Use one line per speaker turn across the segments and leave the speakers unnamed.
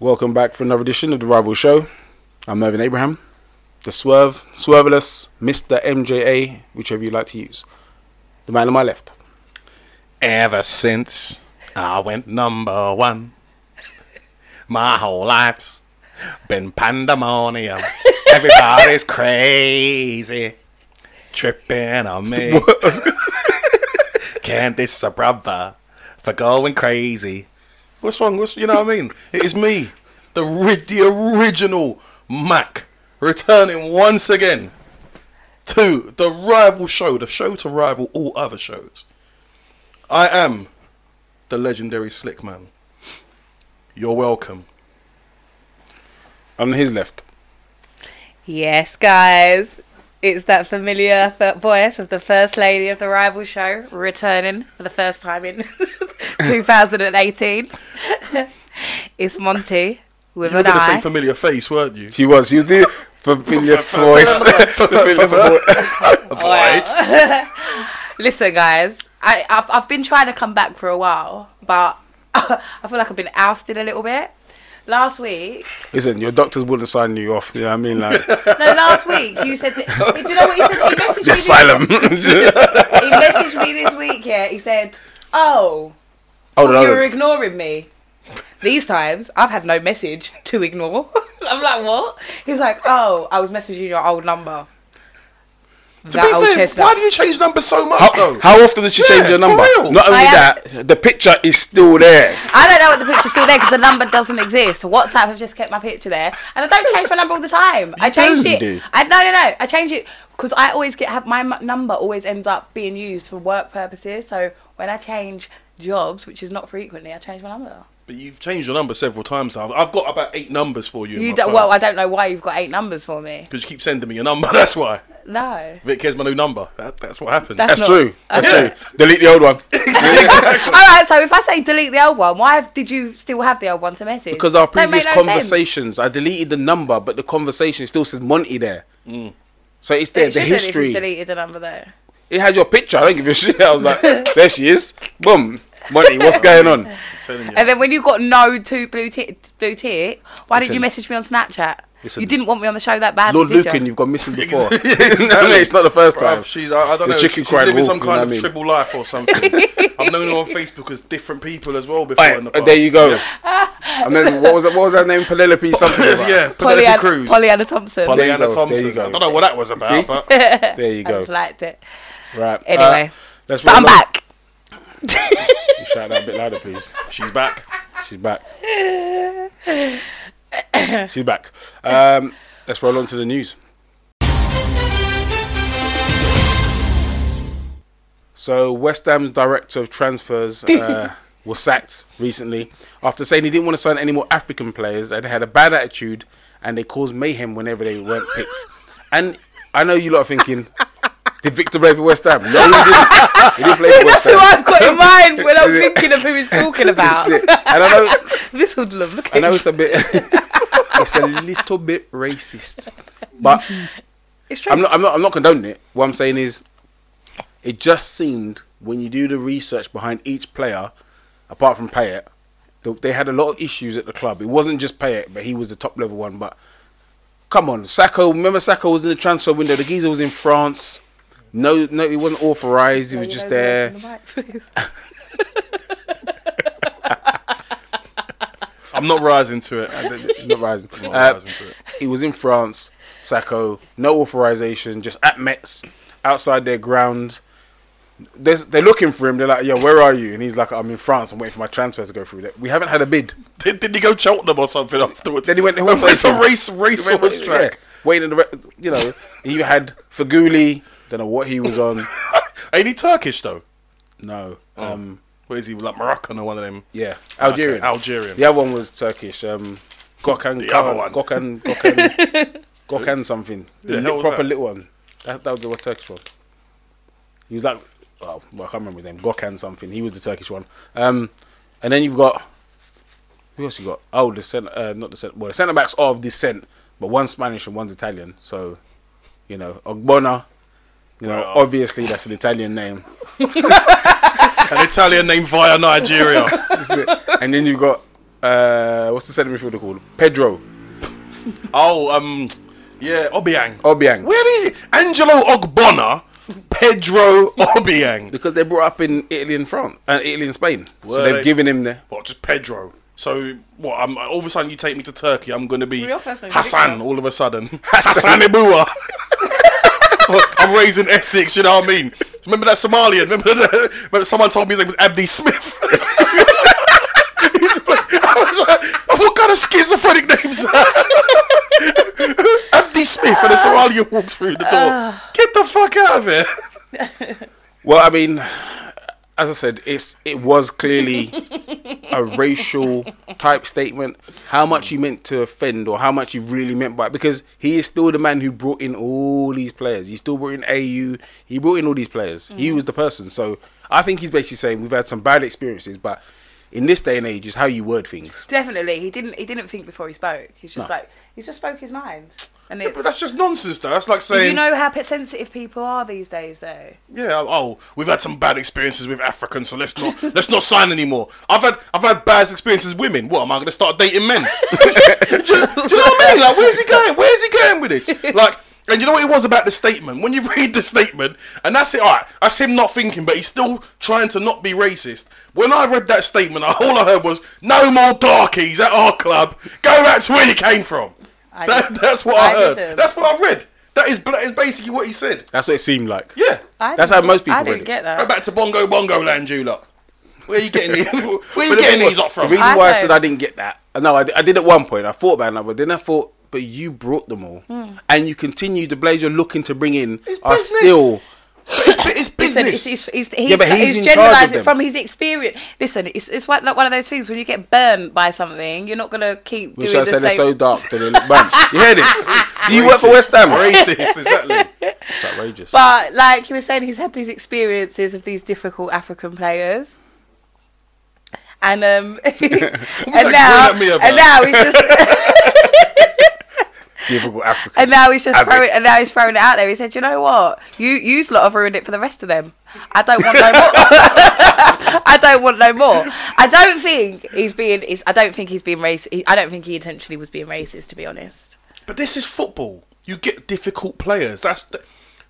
Welcome back for another edition of the Rival Show. I'm Mervyn Abraham, the Swerve, Swerveless, Mr. MJA, whichever you like to use. The man on my left.
Ever since I went number one, my whole life's been pandemonium. Everybody's crazy, tripping on me. Can't diss a brother for going crazy. What's wrong? What's, you know what I mean? It is me, the, ri- the original Mac, returning once again to the rival show, the show to rival all other shows. I am the legendary Slick Man. You're welcome.
On his left.
Yes, guys. It's that familiar f- voice of the First Lady of the Rival Show returning for the first time in 2018. it's Monty with
You were going
an
to
eye.
say familiar face, weren't you?
She was, she was the familiar voice. Familiar voice.
Right.
Listen, guys, I, I've, I've been trying to come back for a while, but I feel like I've been ousted a little bit. Last week,
Listen, your doctors wouldn't sign you off. You know what I mean? Like,
no, last week you said. That, do you know what he said?
the
He messaged me.
asylum.
He messaged me this week. Yeah, he said, "Oh,
hold on,
you
hold
were
on.
ignoring me. These times, I've had no message to ignore. I'm like, what? He's like, oh, I was messaging your old number.
To be fair, why do you change number so much,
How,
though?
how often does she
Yeah,
change her
for
number?
real.
Not only
I am-
that, the picture is still there.
I don't know what the picture's still there because the number doesn't exist. So WhatsApp have just kept my picture there, and I don't change my number all the time. I changed
do.
it.
You do.
I no no no. I change it because I always get have my m- number always ends up being used for work purposes. So when I change jobs, which is not frequently, I change my number.
But you've changed your number several times now. I've got about eight numbers for you. in
You
my
don't,
phone.
well, I don't know why you've got eight numbers for me.
Because you keep sending me your number, that's why.
No.
Vic here's my new number. That, that's what happened.
That's
That's not-
true. That's
Yeah.
true. Delete the old one.
All right, so if I say delete the old one, why did you still have the old one to message?
Because our
Don't make
previous
no sense.
conversations, I deleted the number, but the conversation still says Monty there.
Mm.
So it's there,
It
the
shouldn't if
history.
You deleted the number there.
It had your picture. I don't give a shit. I was like, there she is. Boom. Monty, what's going on?
telling you.
And then when you got no to blue tick, blue tick, why didn't
Listen.
you message me on Snapchat?
Listen.
You didn't want me on the show that badly,
Lord
did
Lucan,
you?
you've gone missing before.
Exactly.
it's not the first time.
Bruv, she's, I, I don't
The
know,
chicken
she's
cried
living
wolf,
some
you know
kind
what I
of
mean?
triple life or something. I've known her on Facebook as different people as well before
Right,
in the past.
there you go. I remember what was that, what was her name? Penelope something.
Yes,
right?
yeah, Penelope
Pollyanna,
Cruz.
Pollyanna Thompson.
Polly-
Pollyanna
There you go, there you
Thompson.
go.
I don't know what that was
See?
about, but
There you
I
go.
just liked it.
Right. uh,
Anyway.
let's
But
roll
I'm
on.
back.
Shout that a bit louder, please.
she's back.
She's back. She's back. Um, let's roll on to the news. So West Ham's director of transfers uh, was sacked recently after saying he didn't want to sign any more African players and they had a bad attitude and they caused mayhem whenever they weren't picked. And I know you lot are thinking, did Victor play for West Ham? No, he didn't. He didn't play for
That's
West
who
Ham.
I've got in mind when I'm
Is it-
thinking of who he's talking
That's
about.
it. And I know
this would love. Look
I know
at
it's a bit, it's a little bit racist, but
It's true.
I'm not, I'm not, I'm not condoning it. What I'm saying is, it just seemed when you do the research behind each player, apart from Payet, th- they had a lot of issues at the club. It wasn't just Payet, but he was the top level one. But come on, Sacco. Remember, Sacco was in the transfer window. The geezer was in France. No, no, he wasn't authorized. He was just there.
I'm not rising to it. I didn't-
not rising.
Not
Uh,
rising to it.
He was in France, Sacco, no authorization, just at Mets, outside their ground. They're, they're looking for him. They're like, "Yo, where are you?" And he's like, "I'm in France. I'm waiting for my transfer to go through. We haven't had a bid."
Did, did he go Cheltenham or something afterwards?
Then he went. He went
It's a
racing.
race,
He went-
racehorse
yeah,
track.
waiting. In the, re- you know, you had Faguli. Don't know what he was on.
Ain't he Turkish though?
No.
Oh. Hmm.
Um.
What is he like Moroccan or one of them?
Yeah. Algerian.
Okay, Algerian.
The other one was Turkish. Um. Gökhan.
The
Kara-
other one.
Gökhan. Gökhan. Gökhan something.
The
The
hell
li-
was
proper
that?
little one. That, that was the what Turkish one. He was like, oh, well, I can't remember his name. Gökhan something. He was the Turkish one. Um. And then you've got. Who else you got? Oh, the cent. Uh, not the cent. Well, the centre backs of descent, but one's Spanish and one's Italian. So, you know, Ogbonna. You know,
Well.
obviously that's an Italian name.
An Italian name via Nigeria.
and then you've got uh, what's the centre midfielder called? Pedro
Oh, um, yeah, Obiang.
Obiang.
Where is it? Angelo Ogbonna, Pedro Obiang.
because they're brought up in Italy and France and Italy and Spain, so
Were
they've
they?
given him the.
What? Just Pedro. So what? I'm all of a sudden you take me to Turkey. I'm gonna be
Real first name,
Hassan.
Victor.
All of a sudden, Hassan Ibua. I'm raising Essex. You know what I mean? Remember that Somalian? Remember that? Remember someone told me his name was Abdi Smith. He's like- I was like, what kind of schizophrenic names? are- Abdi Smith and a Somalian walks through the door. Get the fuck out of here!
Well, I mean, as I said, it's it was clearly a racial type statement. How much you meant to offend, or how much you really meant by because he is still the man who brought in all these players. He still brought in AU. He brought in all these players. He was the person. So I think he's basically saying we've had some bad experiences, but in this day and age, is how you word things.
Definitely, he didn't. He didn't think before he spoke. He's just like he just spoke his mind, and it's.
But that's just nonsense, though. That's like
Do
saying
you know how pe- sensitive people are these days, though.
Yeah, oh, we've had some bad experiences with Africans, so let's not let's not sign anymore. I've had I've had bad experiences with women. What am I going to start dating men? do, you, do you know what I mean? Like, where's he going? Where's he going with this? Like, and you know what it was about the statement? When you read the statement, and that's it. All right, that's him not thinking, but he's still trying to not be racist. When I read that statement, all I heard was "No more darkies at our club. Go back to where you came from."
I
That,
did-
that's what
I
I, heard.
didn't.
That's what I read. That is that is basically what he said.
That's what it seemed like.
Yeah.
I
That's
didn't-
how most people
I
read
didn't
it.
get
Go
that.
back to Bongo Bongo Land, you lot. Where you getting these? Where you
But the
getting
thing
these
was,
off from?
The reason
I
why I
don't-
said I didn't get that, no, I, I did at one point. I thought about it, but then I thought, but you brought them all,
Hmm.
and you continue. The players you're looking to bring in
It's
are
business.
still.
it's, bu- it's
Listen,
business.
it's, it's, it's, he's,
but he's
he's,
in charge of
generalised it
them.
from his experience. Listen, it's, it's one, like one of those things when you get burnt by something, you're not going to keep
Which
doing
I
the
said
same.
they're so dark that they look bad. You hear this? you work for West Ham.
Racist, exactly.
It's outrageous.
But like you were saying, he's had these experiences of these difficult African players. And um, and
grin
now,
at me about
and now he's just,
Difficult Africa.
and now he's
As
just throwing, and now he's throwing it out there. He said, "You know what? You, you lot have ruined it for the rest of them. I don't want no more. I don't want no more. I don't think he's being. He's, I don't think he's being racist. I don't think he intentionally was being racist, to be honest.
But this is football. You get difficult players. That's the,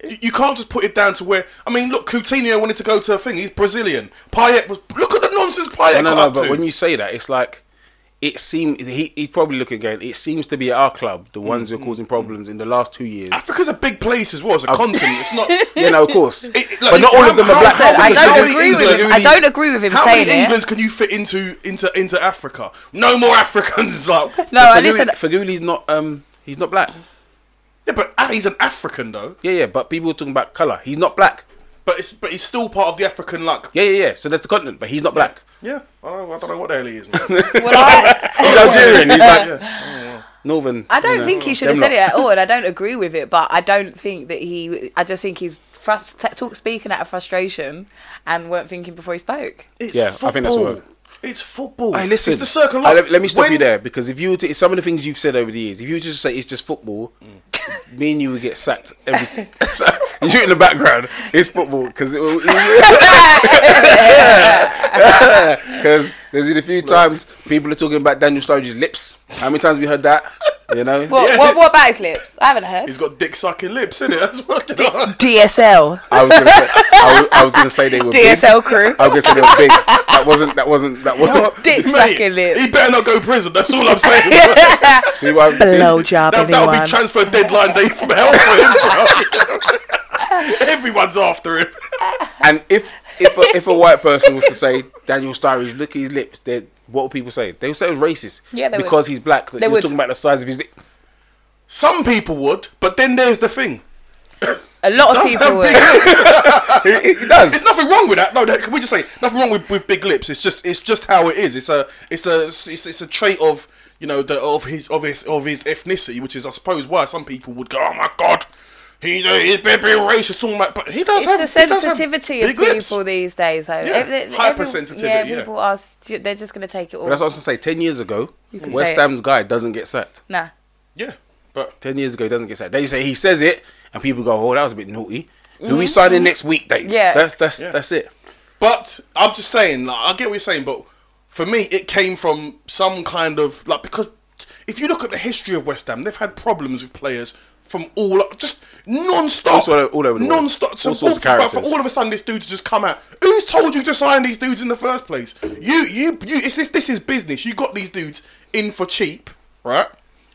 you, you can't just put it down to where. I mean, look, Coutinho wanted to go to a thing. He's Brazilian. Payet was. Look at the nonsense Payet
no, no,
got
no.
up
But
to.
when you say that, it's like it seems he he probably look again. It seems to be at our club the ones
Mm,
who are causing problems in the last two years.
Africa's a big place as well. It's a continent. It's not.
yeah, no, of course.
it- like,
but not all of them
how-
are black.
how-
because there's
I
how
don't
no
many
agree with
England-
him. I don't agree with him
How
saying
many
it.
Englands can you fit into into into Africa? No more Africans. Like
No,
But
I
Faguli-
listen.
Faguli's not um he's not black.
Yeah, but ah, he's an African though.
Yeah, yeah, but people are talking about colour. He's not black.
But it's but he's still part of the African like.
Yeah, yeah, yeah. So that's the continent, but he's not black.
Yeah, I don't, I don't know what the hell he is. Man.
Well, I-
He's Algerian. He's like
yeah.
northern.
I don't
you know,
think he should have
them
said it
lot.
at all, and I don't agree with it. But I don't think that he. I just think he's frust- talk speaking out of frustration and weren't thinking before he spoke.
It's
Yeah, I
football.
think that's the word.
It's football.
Hey, listen.
it's the circle. Of
Hey, let, let me stop
when-
you there because if you were to, some of the things you've said over the years, if you were to just say it's just football,
Mm.
me and you would get sacked. Every, you in the background. It's football because it will. Because there's been a few times people are talking about Daniel Sturridge's lips. How many times have we heard that? You know.
What, what, what about his lips? I haven't heard.
He's got dick sucking lips, isn't it? That's what. Dick.
DSL,
I was gonna say, I was, I was gonna say they were big.
DSL crew.
I was gonna say they were big. That wasn't. That wasn't. That wasn't.
Dick sucking lips.
He better not go to prison. That's all I'm saying.
See what I'm
Blow
saying?
job,
that, that'll be
anyone?
transfer deadline day from hell for him. bro. Everyone's after him.
And if if a, if a white person was to say Daniel Sturridge, look at his lips, then what would people say? They would say it was racist.
Yeah, they would.
because he's black. That
They
you're
would.
talking about the size of his lip.
Some people would, but then there's the thing.
A lot of
Does
people
have
would.
big lips.
It, it does.
There's nothing wrong with that. No, that, can we just say nothing wrong with, with big lips? It's just it's just how it is. It's a it's a it's, it's a trait of you know the of his of his of his ethnicity, which is I suppose why some people would go, oh my god, he's a, he's being racist, all that. But he does
It's
have
the
he does have
sensitivity of
big
people
lips.
these days, though.
Yeah,
Ev- every-
hypersensitivity, yeah.
Yeah, people are. Stu- they're just going to take it all.
But that's what I was gonna say. Ten years ago,
can
West
say it.
Ham's guy doesn't get sacked.
nah.
Yeah, but
Ten years ago, he doesn't get sacked. They say he says it, and people go, "Oh, that was a bit naughty." Who we signing next week, Dave?
Mm-hmm. Yeah.
that's that's
Yeah.
that's it.
But I'm just saying, like, I get what you're saying, but for me, it came from some kind of like because if you look at the history of West Ham, they've had problems with players from all just non-stop,
Also, all over the world.
non-stop. So
All sorts of
for- but for
characters.
all of a sudden, this dude's just come out. Who's told you to sign these dudes in the first place? You, you, you. It's this. This is business. You got these dudes in for cheap, right?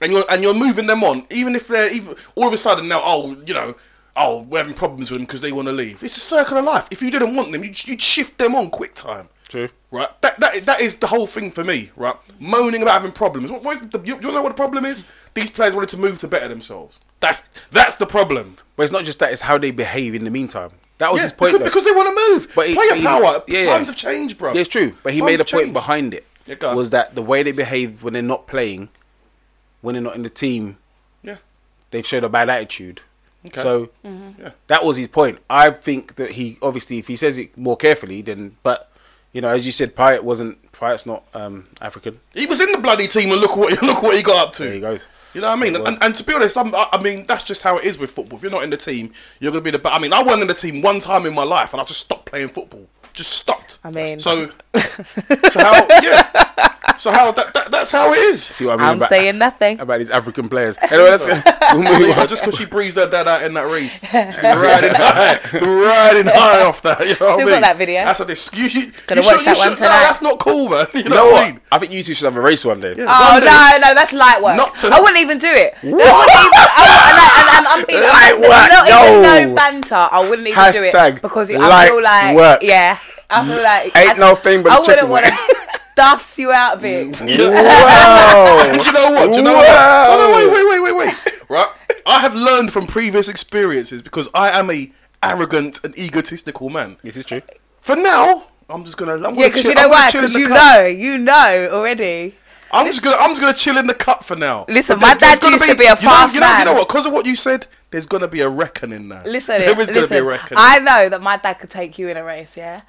And you're and you're moving them on, even if they're even all of a sudden now. Oh, you know. Oh, we're having problems with them because they want to leave. It's a circle of life. If you didn't want them, you'd, you'd shift them on quick time.
True.
Right. That, that that is the whole thing for me. Right. Moaning about having problems. What, what is the, you, you know what the problem is? These players wanted to move to better themselves. That's that's the problem.
But it's not just that; it's how they behave in the meantime. That was
Yeah,
his point.
because, because they want to move.
But
But
he-
Player
he-
power.
yeah, yeah.
Times have changed, bro.
Yeah, it's true. But he
Times
made a
have
point
changed.
behind it.
Yeah, go on.
was that the way they behave when they're not playing, when they're not in the team,
Yeah.
they've showed a bad attitude.
Okay. Mm-hmm.
So
Yeah.
that was his point. I think that he obviously, if he says it more carefully, then but you know, as you said, Pyatt wasn't Pyatt's not um, African.
He was in the bloody team and look what look what he got up to.
There he goes.
You know what I mean?
There he
And, and to be honest, I'm, I I mean that's just how it is with football. If you're not in the team, you're gonna be the. ba- I mean, I wasn't in the team one time in my life, and I just stopped playing football. Just stopped.
I mean-
so so how yeah. So how that, that that's how it is.
See what I mean
I'm
about,
saying nothing.
about these African players. Anyway, let's we'll move
Yeah,
on.
just because she breezed her dad out in that race, she's riding high, riding high off that. You know what I
Still
mean?
got that video.
That's an excuse. You,
Gonna
you
watch
should-
that
you
one
should- No,
tonight.
that's not cool, man. You know,
You know
what I
what?
mean?
I think you two should have a race one day.
Oh
One day-
no, no, that's light work.
Not to-
I wouldn't even do it. I wouldn't even. I, and, I, and I'm, I'm being
Light
honest,
work,
Not
yo.
even no banter. I wouldn't even do
Hashtag
it because I
light
feel like
work.
yeah, I feel like
Ain't
I,
no thing but
I
the chicken
wouldn't want
wing.
to dust you out of it.
Wow.
Do you know what? Do you know
Wow.
what? No, no, wait, wait, wait, wait, wait. Right? I have learned from previous experiences because I am a arrogant and egotistical man.
This is true.
For now, I'm just gonna. I'm gonna
Yeah, because
chill-
you know
I'm gonna
why?
chill in
Because
the
you
cup.
know, you know already.
I'm just gonna. I'm just gonna chill in the cup for now.
Listen,
But
my
there's-
dad
there's
used
gonna
to be a
you know-
fast
you know, You
man.
know what? Because of what you said, there's gonna be a reckoning now.
Listen,
there is gonna be a
listen,
reckoning.
I know that my dad could take you in a race, yeah,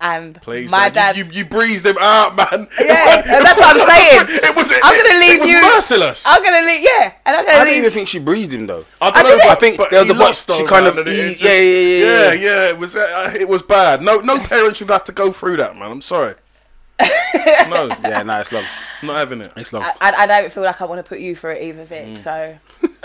and
Please,
my
man.
dad.
You, you, you breezed him out, man.
Yeah, and that's what I'm saying.
It was. It,
I'm gonna leave
it was
you.
Merciless.
I'm gonna leave. Yeah, and I'm gonna
I
leave.
didn't even think she breezed him though.
I
I
don't know,
did
but
it.
I think
But
but
there was
he
a box
lost
she
though,
kind
man,
of
and it
e-
is
yeah, yeah, yeah, yeah.
yeah, yeah. It was uh, it was bad. No, no parent should have to go through that, man. I'm sorry. no,
Yeah, no, it's long.
not having it.
It's long.
I, I, I don't feel like I want to put you through it either, Vic.
Mm.
So.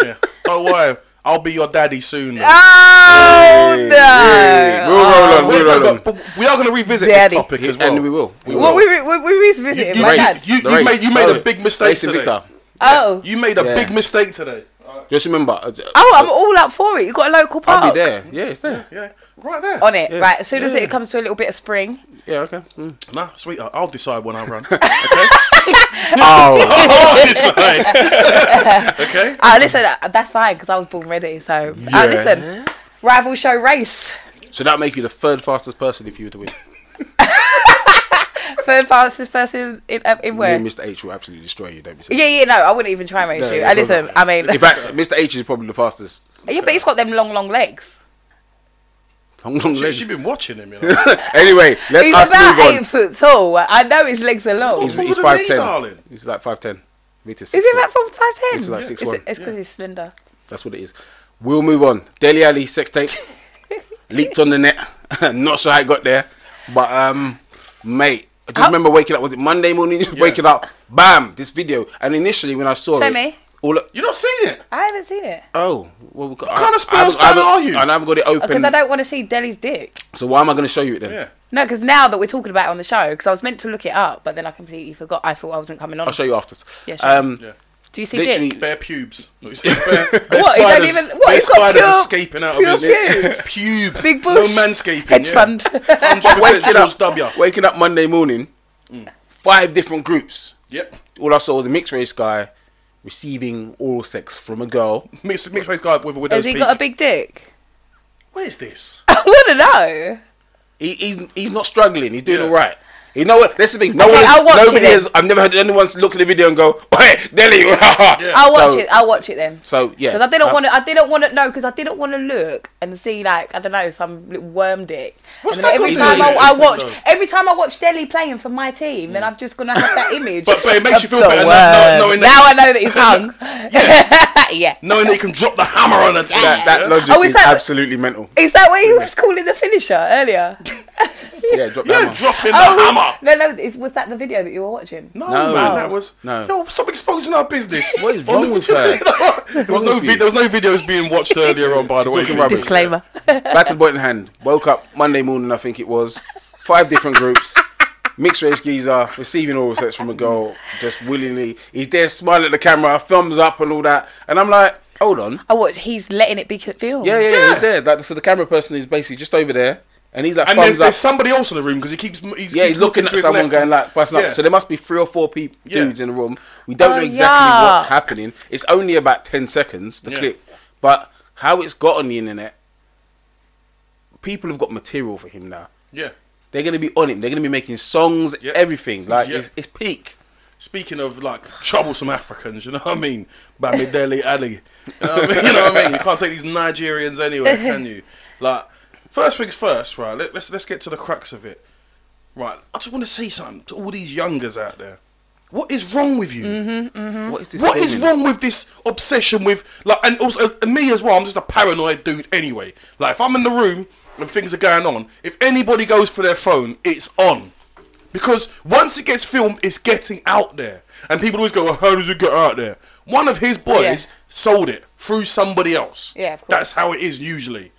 Yeah. Don't worry, I'll be your daddy soon.
Ah.
though.
Oh no!
Hey, we'll roll on.
Oh.
Wait,
we'll roll
no,
on.
but, but we are going to revisit
Daddy.
this topic as well,
And we will. We
Well, we we we revisited
You-
my
you-
dad.
you-
The
you
race.
made- you made a
Oh,
big mistake
Racing
today.
Victor.
oh,
You made a
Yeah.
big mistake today.
Just remember. uh,
oh, I'm oh. all up for it. You got a local park
I'll be there. Yeah, it's there.
Yeah, right there.
on it,
Yeah.
right? As soon as it comes to a little bit of spring,
Yeah, okay. Mm.
Nah, sweetheart, I'll decide when I run. Okay,
Oh,
I'll decide. okay.
uh, listen, uh, that's fine because I was born ready. So,
Yeah.
uh, listen, rival show race,
so that make you the third fastest person if you were to win.
third fastest person in uh, in
Me
where?
and Mr H will absolutely destroy you. Don't be silly.
Yeah, yeah, no, I wouldn't even try and race
No,
you.
no
And listen,
problem.
I mean,
In fact, Mr H is probably the fastest.
yeah, but he's got them long, long legs.
Long, long
She, she
legs.
been watching him, you know.
Anyway, let
He's
us
about
move
eight
on.
foot tall. I know his legs are long.
He's,
Taller
he's
than me,
five ten.
darling.
He's like five ten. Meters.
Is he about from five ten?
He's like 6'1".
It's because he's slender.
That's what it is. We'll move on. Deli Ali sex tape leaked on the net. Not sure how it got there, but um, mate, I just
How-
remember waking up. Was it Monday morning? Waking up, bam, this video. And initially, when I saw
Show
it,
me.
all I-
You not seen it?
I haven't seen it.
oh, well, what
kind of Spurs fan are you?
And Oh, I haven't got it
Because
open,
Oh, I don't want to see Delhi's dick.
so why am I going to show you it then?
Yeah.
No, because now that we're talking about it on the show, because I was meant to look it up, but then I completely forgot. I thought I wasn't coming on.
I'll show you afterwards.
Yeah, sure.
um,
Yeah.
Do you see
Oh, literally,
dick?
Bare pubes. Bare, bare
What, you don't
Spiders,
even- what,
bare
you've got
spiders
pure-
escaping out
pure
of his pube.
Big
No
bush.
manscaping.
Hedge
yeah.
fund.
100%
waking
George
up,
W.
waking up Monday morning,
Mm.
five different groups.
Yep.
All I saw was a mixed race guy receiving oral sex from a girl.
Mixed, mixed race guy with a widow's
Has he
peak.
got a big dick?
What is this?
I want to know.
He, he's he's not struggling. He's doing
Yeah.
all right. You know what? That's the thing. No
Okay, I'll
one,
watch
nobody
it then.
has. I've never heard anyone look at the video and go, "Hey, Delhi."
I'll watch
So-
it. I'll watch it then.
So yeah,
Because I didn't
Uh,
want to. I didn't want to know. Because I didn't want to look and see like I don't know some little worm dick.
What's
and then
that
every
got to do
time I,
with
I
it?
watch,
It's not-
every time I watch Delhi playing for my team, then I'm just gonna have that image.
But- but it makes you
of
feel
the
better now-
worm.
knowing
Now I
that-
know that he's hung. yeah. yeah.
Knowing that he can drop the hammer on a team.
that, that
yeah?
logic
Oh, is
is
that-
absolutely mental.
Is that what he was calling the finisher earlier?
Yeah, drop the
You're
hammer.
Oh,
dropping the hammer.
No, no. It's, was that the video that you were watching?
No,
No.
man, that was
No.
No, stop exposing our business.
What is wrong with her?
there was no
with you?
vi- there was no videos being watched earlier on. By the way,
Talking rubbish.
Disclaimer.
Back to the point in hand. Woke up Monday morning, I think it was. Five different groups. Mixed race geezer receiving oral sex from a girl just willingly. He's there smiling at the camera, thumbs up and all that. And I'm like, hold on.
I watched. He's letting it be filmed.
Yeah, yeah, yeah,
Yeah.
he's there. Like, so the camera person is basically just over there, and he's like
and there's,
thumbs up.
there's somebody else in the room because he keeps he's,
Yeah, he's looking at
to his
someone
left.
going like, "Bust
Yeah.
up." So there must be three or four peop
Yeah.
dudes in the room. We don't
Oh,
know exactly
yeah.
what's happening. It's only about ten seconds the
Yeah.
clip, but how it's got on the internet, people have got material for him now.
yeah.
They're gonna be on him. They're gonna be making songs,
Yeah.
everything. Like
Yeah.
it's, it's peak.
Speaking of like troublesome Africans, you know what I mean? Bamidele Ali. You know what I mean? You know what I mean? You can't take these Nigerians anywhere, can you? Like, first things first, right? Let, let's let's get to the crux of it. Right. I just want to say something to all these youngers out there. What is wrong with you?
Mm-hmm.
Mm-hmm.
What is this?
What is
filming?
wrong with this obsession with like, and also and me as well? I'm just a paranoid dude anyway. Like, if I'm in the room and things are going on, if anybody goes for their phone, it's on because once it gets filmed, it's getting out there, and people always go, well, "How does it get out there?" One of his boys
Yeah.
sold it through somebody else.
Yeah, of course.
that's how it is usually,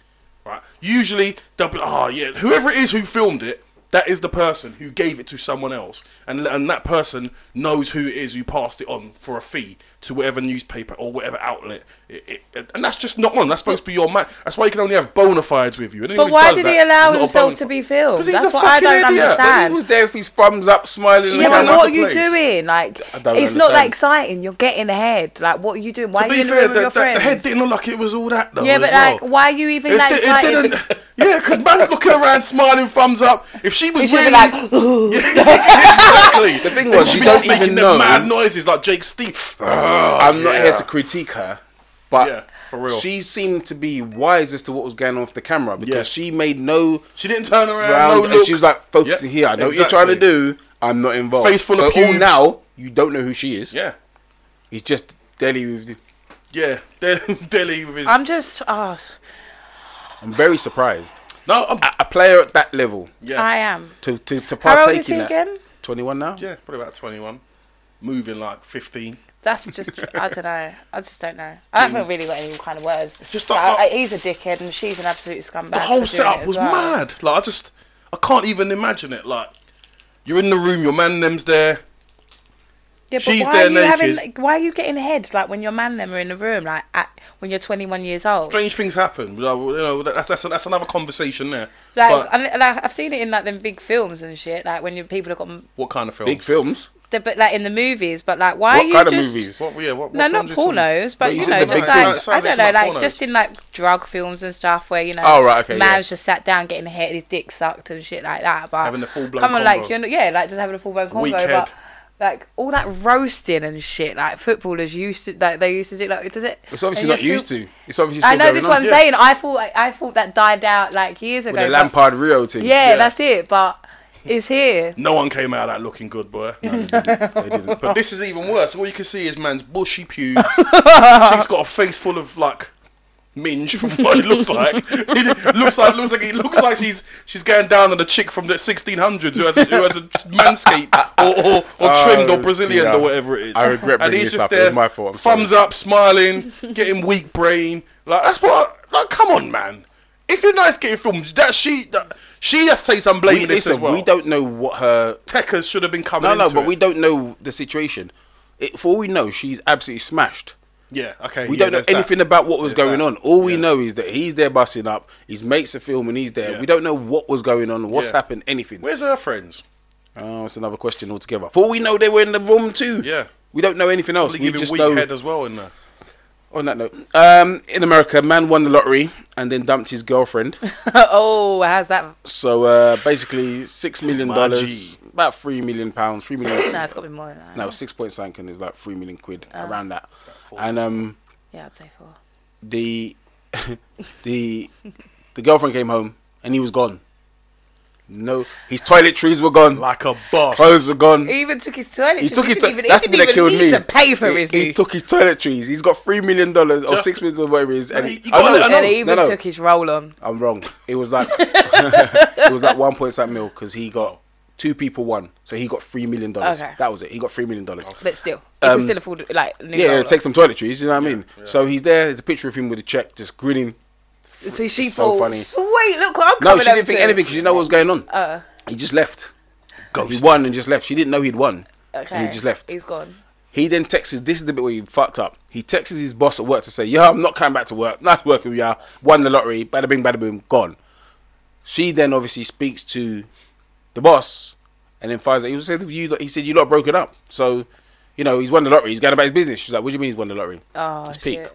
right? Usually, they'll be, "Oh yeah, whoever it is who filmed it." That is the person who gave it to someone else, and and that person knows who it is who passed it on for a fee to whatever newspaper or whatever outlet. It, it, and that's just not on. That's supposed to be your man. That's why you can only have bona fides with you. And anyone
But
who
why
does
did
that
he
is
allow
not a
himself
bona
to
fide.
be filmed?
'Cause he's
That's
a
what I
fucking
don't
idiot.
But he
understand.
was there with his thumbs up, smiling.
Yeah,
Yeah,
Well,
but
another
what are you
place.
doing? Like, it's
I don't
not that
understand.
exciting. You're getting ahead. Like, what are you doing? Why
To
are
be
you in the
fair,
room with
the,
your
the, the
friends?
head didn't look like it was all that though.
yeah,
as
but
well.
like, why are you even
It,
that
di- it
excited?
didn't. Yeah, because man's looking around, smiling, thumbs up. If she was
She'd be
really,
like,
exactly. The
thing was, you don't
making
even
the
know.
mad noises like Jake Steve.
I'm not here to critique her, but
Oh, Yeah, for real.
she seemed to be wise as to what was going on off the camera because
Yeah.
she made no
She didn't turn around.
round
no
and
look.
she was like focusing
Yeah,
here. I know what you're trying to do. I'm not involved.
Face full
so
of
all
pubes.
now you don't know who she is.
Yeah,
he's just Delhi. with-
yeah. De- Delhi with his.
I'm just, oh,
I'm very surprised.
no, I'm.
A player at that level
Yeah,
I am.
to to to
How old
partake
is
in
he
that.
again?
21 now.
yeah. Probably about 21, moving like 15.
That's just, I don't know. I just don't know. I haven't really got any kind of words.
Just
But
the-
I- I- he's a dickhead and she's an absolute scumbag.
the
for doing
whole
it
setup
as
was
well.
mad. Like I just, I can't even imagine it. Like you're in the room, your man them's there.
Yeah, but
She's
why
there
are you
naked.
having? like, why are you getting head like when your man them are in the room like at, when you're 21 years old?
Strange things happen. Like, you know, that's that's, that's another conversation there.
Like,
but
I, like I've seen it in like them big films and shit. Like when you people have got, m-
what kind of film?
Big films.
the- but like in the movies. But like, why are
What
you
kind
just,
of movies?
What, yeah, what,
No,
what films
not
you talking-
pornos, but
you
you
said
know,
the
just
big films.
like I
Sounds
don't
like
know,
you're talking
like
about
just
pornos.
in like drug films and stuff where you know,
Oh, right, okay,
man's
yeah.
just sat down getting head, his dick sucked and shit like that. But
Having a full-blown
come on, like
convo.
you're not, yeah, like just having a full blown convo,
Weak head.
but like all that roasting and shit, like footballers used to, like they used to do, like does it?
It's obviously
and you
not used
feel-
to. It's obviously. Still
I know
going
this is
on.
what I'm
Yeah.
saying. I thought I, I thought that died out like years ago.
With the
but-
Lampard Rio team.
yeah,
Yeah.
that's it. But it's here.
No one came out of that looking good, boy.
They didn't.
but this is even worse. All you can see is man's bushy pubes. She's got a face full of like minge from what it looks like. It looks like looks like it looks like she's she's going down on a chick from the 1600s who has a, who has a manscape or or, or trimmed or
Oh,
Brazilian
dear.
or whatever it is.
I regret
And
bringing
he's
this
just
up. It was my fault. I'm sorry.
thumbs up, smiling, getting weak brain. Like that's what. Like come on, man. If you're nice getting filmed, that she that, she has to take some blame
We,
in this
listen,
as well.
we don't know what her
Techers should have been coming.
No, no,
into
but
it.
we don't know the situation. It, for all we know, she's absolutely smashed.
Yeah, okay.
We
yeah,
don't know
there's that.
anything about what was
There's
going
that.
on. All we
Yeah.
know is that he's there busting up. His mates are filming. He's there.
Yeah.
We don't know what was going on, what's
Yeah.
happened, anything.
Where's her friends?
oh, it's another question altogether. For all we know, they were in the room too.
Yeah.
We don't know anything else.
Probably
We
giving
just
weak
know.
head as well in there.
On that note, um, in America, a man won the lottery and then dumped his girlfriend.
oh, how's that?
so uh, basically, six million
My
dollars,
G.
about three million pounds, three million.
No, it's got to be more than that.
no, six point something is like three million quid around that, and um.
Yeah, I'd say four.
the the the girlfriend came home and he was gone. No, his toiletries were gone.
like a boss.
Clothes were gone.
He even took his toilet.
He took his.
didn't
To-
even,
that's
he
the bit
didn't
that
even
killed
need
me.
to pay for
he,
his
He
new-
took his toiletries. He's got three million dollars or
Just-
six million dollars, whatever it is. And
He- he
I
got
know,
it,
and
no,
he even
no, no,
took his roll on.
I'm wrong. It was like it was like one point something mil because he got two people one, so he got three million dollars.
Okay.
That was it. He got three million dollars.
But still, he
Um,
can still afford like new
Yeah,
roll
yeah, take some toiletries. You know what I mean? So he's there. There's a picture of him with a check, just grinning.
on. So she
it's so
thought,
funny.
sweet, look what I'm
No,
coming
she didn't
up
think
to."
anything because she didn't know what was going on.
Uh,
he just left. He
Ghost.
won and just left. She didn't know he'd won.
okay.
And he just left.
He's gone.
He then texts. This is the bit where he fucked up. He texts his boss at work to say, "Yeah, I'm not coming back to work. Nice working, yeah. Won the lottery. Bada bing, bada boom. Gone." She then obviously speaks to the boss, and then finds out he was said you. lot- He said you lot broken up. So, you know, he's won the lottery. He's going about his business. She's like, "What do you mean he's won the lottery?"
Oh,
It's peak.
shit.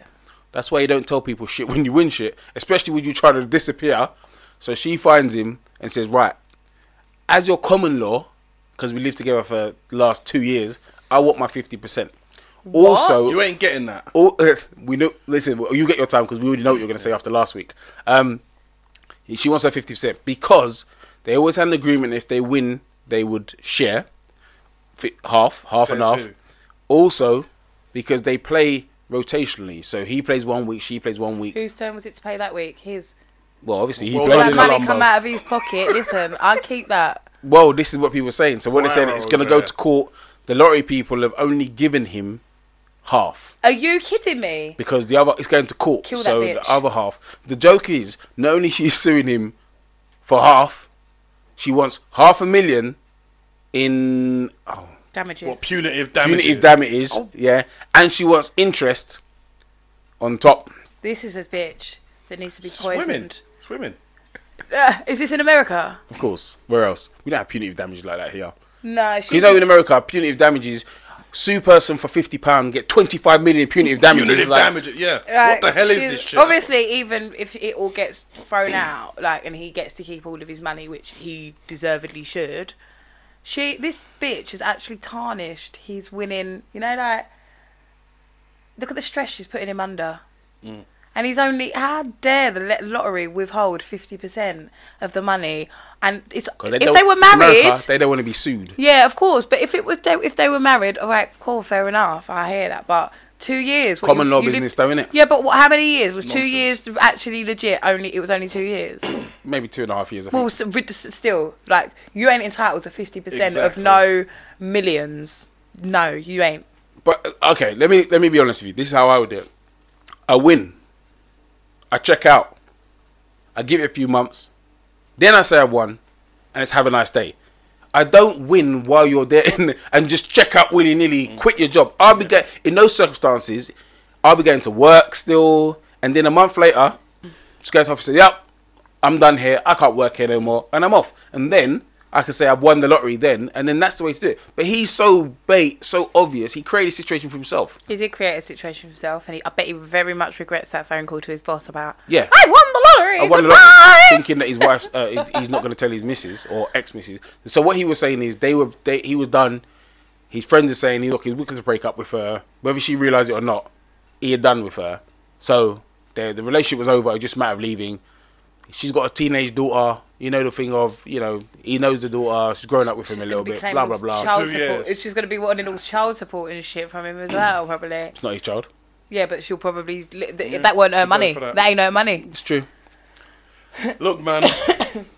That's why you don't tell people shit when you win shit, especially when you try to disappear. So she finds him and says, "Right, as your common law, because we lived together for the last two years, I want my fifty percent." Also,
You ain't getting that.
all, we know. Listen, well, you get your time because we already know what you're going to say after last week. Um, she wants her fifty percent because they always had an agreement. If they win, they would share fi- half, half and
Says
half.
who?
Also, because they play rotationally, so he plays one week, she plays one week.
Whose turn was it to pay that week? His.
Well, obviously he
Well,
played.
Blame
All that
the
in the-
money
Colombo.
come out of his pocket. Listen, I keep that.
Well, this is what people are saying. So when they're saying it's
Wow,
going to go
yeah.
to court, the lottery people have only given him half.
Are you kidding me?
because the other it's going to court.
Kill that
so
bitch.
the other half. The joke is not only she's suing him for half, she wants half a million in oh,
Damages.
What punitive damages?
punitive damages.
Oh.
Yeah, and she wants interest on top.
this is a bitch that needs to be
Swimming.
poisoned.
Swimming.
Uh, is this in America?
Of course, where else? We don't have punitive damages like that here.
No, she.
You know, in America, punitive damages. Sue person for fifty pound get twenty five million punitive damages.
Punitive
like-
damages. Yeah.
Like,
what the hell is
she's-
this shit?
Obviously, even if it all gets thrown out, like, and he gets to keep all of his money, which he deservedly should, she, this bitch, has actually tarnished his winning. You know, like, look at the stress she's putting him under.
Mm.
And he's only how dare the le- lottery withhold fifty percent of the money? And it's
'Cause
if
don't-
they were
it's America,
married,
they don't want to be sued.
yeah, of course. But if it was they, if they were married, all right, cool, fair enough. I hear that. But two years. what,
Common law
lived-
business though, innit?
Yeah, but what, how many years was two years actually legit? Only it was only two years.
Maybe two and a half years. I think.
well, s- rid- s- still, like you ain't entitled to fifty percent of
Exactly.
no millions. No, you ain't.
But okay, let me let me be honest with you. This is how I would do it. I win. I check out. I give it a few months. Then I say I won, and let's have a nice day. I don't win while you're there in, and just check out willy nilly, quit your job. I'll be get, in those circumstances. I'll be going to work still, and then a month later, just go to the office. and say, Yep, I'm done here. I can't work here no more, and I'm off. And then I can say I've won the lottery. Then, and then that's the way to do it. But he's so bait, so obvious. He created a situation for himself.
He did create a situation for himself, and he, I bet he very much regrets that phone call to his boss about.
Yeah.
I won the lottery.
I won the
Goodbye!"
lottery, thinking that his wife's uh, he- he's not going to tell his missus or ex missus. So what he was saying is they were they, he was done. His friends are saying he look he's looking to break up with her, whether she realised it or not. He had done with her, so the the relationship was over. It was just a matter of leaving. She's got a teenage daughter. You know the thing of you know he knows the daughter. She's grown up with him a
She's
little
gonna
bit.
be claiming
Blah
all
blah blah.
this Child
Two
support.
years.
She's going to be wanting all child support and shit from him as well, probably.
It's not his child.
Yeah, but she'll probably li- th- that weren't her money.
for
That.
that.
ain't her money.
It's true.
Look, man.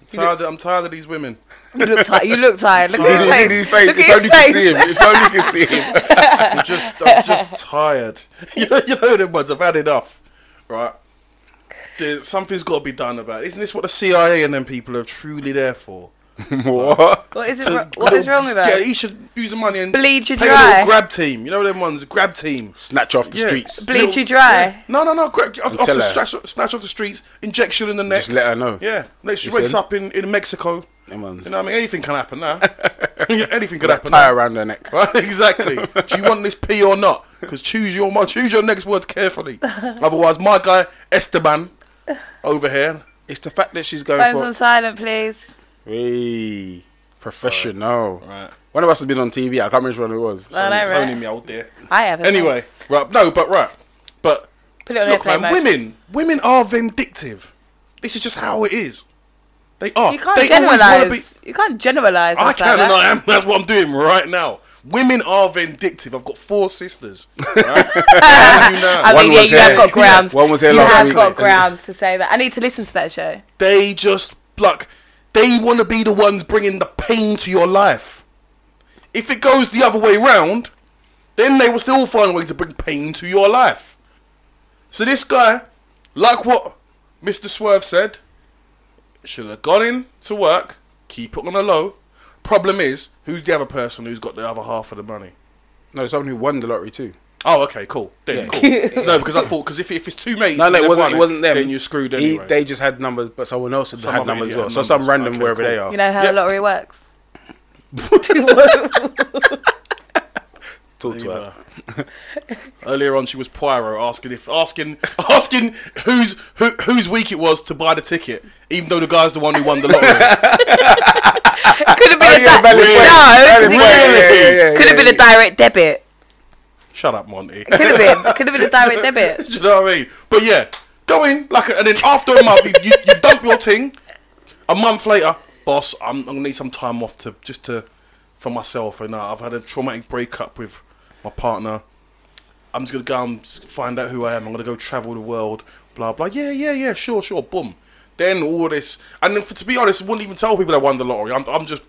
tired, I'm tired of these women.
You look tired. You look tired. Look
Look
at his face. Look at his face.
If only you could see him.
I'm just, I'm just tired. You know, you know them ones. I've had enough. Right. There's, something's got to be done about it. Isn't this what the CIA and them people are truly there for?
What?
What is it?
To
wro- What is
go-
wrong with
Yeah,
her?
he should use the money and
Bleed you
pay A
dry.
little grab team. You know them ones, grab team.
Snatch off the
Yeah.
streets.
Bleed
Little-
you dry.
yeah. No, no, no. Grab off, off
tell
the
her.
snatch, snatch off the streets. Injection in the neck.
Just let her know.
yeah. Like she
Listen.
wakes up in, in Mexico.
Yeah, man.
You know what I mean? Anything can happen now. Anything could happen.
Tie
now.
around her neck.
Right, exactly. Do you want this pee or not? Because choose your mo- choose your next words carefully. Otherwise, my guy Esteban over here.
It's the fact that she's going
Phones
for
on silent, please.
Hey, professional.
Right.
One of us has been on TV. I can't remember when it was.
I know,
it's
right?
only me, old dear.
I haven't.
Anyway, right? No, but right, but
Put it on
look,
airplane
man,
mode.
women, women are vindictive. This is just how it is. They are.
You can't
they always wanna
generalize. You can't generalize.
I
us like
can and
that.
I am. That's what I'm doing right now. Women are vindictive. I've got four sisters. Right? How do you know?
I
One
mean, yeah,
was
you have
here.
got grounds.
One was here
you
last
have
week.
got grounds to say that. I need to listen to that show.
They just like they want to be the ones bringing the pain to your life. If it goes the other way round, then they will still find a way to bring pain to your life. So this guy, like what Mr. Swerve said, should have gone in to work, keep it on the low. Problem is, who's the other person who's got the other half of the money?
No, someone who won the lottery too.
Oh, okay, cool. Then
Yeah.
cool. no, because I thought because if, if it's two mates,
No,
and
no, it
they're
wasn't. It
running,
wasn't them.
Then you're screwed
He-
anyway.
they just had numbers, but someone else had,
Some
had
other
numbers as well.
idiot
So
had
some
numbers.
random
Okay,
wherever
cool.
they are.
You know how
Yep.
lottery works.
Talk to
Either.
her.
Earlier on, she was Poirot asking if asking asking whose who, whose week it was to buy the ticket, even though the guy's the one who won the lottery.
Could have been
Oh,
a
yeah,
di-
valid point.
no.
Valid
Could
point. Yeah, yeah, yeah,
have
yeah,
been a direct debit.
Shut up, Monty.
Could have been. Could have been a direct debit.
Do you know what I mean? But yeah, go in like, and then after a month, you, you, you dump your thing. A month later, boss, I'm, I'm gonna need some time off to just to for myself. And uh, I've had a traumatic breakup with my partner. I'm just gonna go and s- find out who I am. I'm gonna go travel the world. Blah blah. Yeah yeah yeah. Sure sure. Boom. Then all this, and then for, to be honest, I wouldn't even tell people I won the lottery. I'm, I'm just,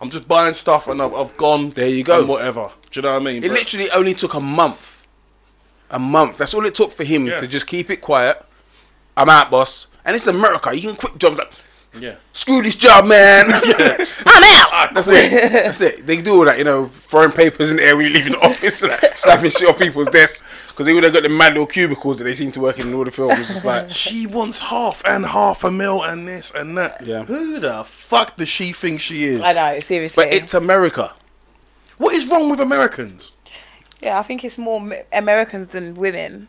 I'm just buying stuff, and I've, I've gone.
There you go.
and whatever. Do you know what I mean?
It
But-
literally only took a month. A month. That's all it took for him
Yeah.
to just keep it quiet. I'm out, boss. And it's America. You can quit jobs like,
yeah.
screw this job, man. I'm out. Ah, That's it. That's it. They do all that, you know, throwing papers in the air when you leave the office, like, slapping shit off people's desks because they would have got the mad little cubicles that they seem to work in in all the films. It's just like,
She wants half and half a mil and this and that.
Yeah.
Who the fuck does she think she is?
I know, seriously.
but it's America.
What is wrong with Americans?
yeah, I think it's more m- Americans than women.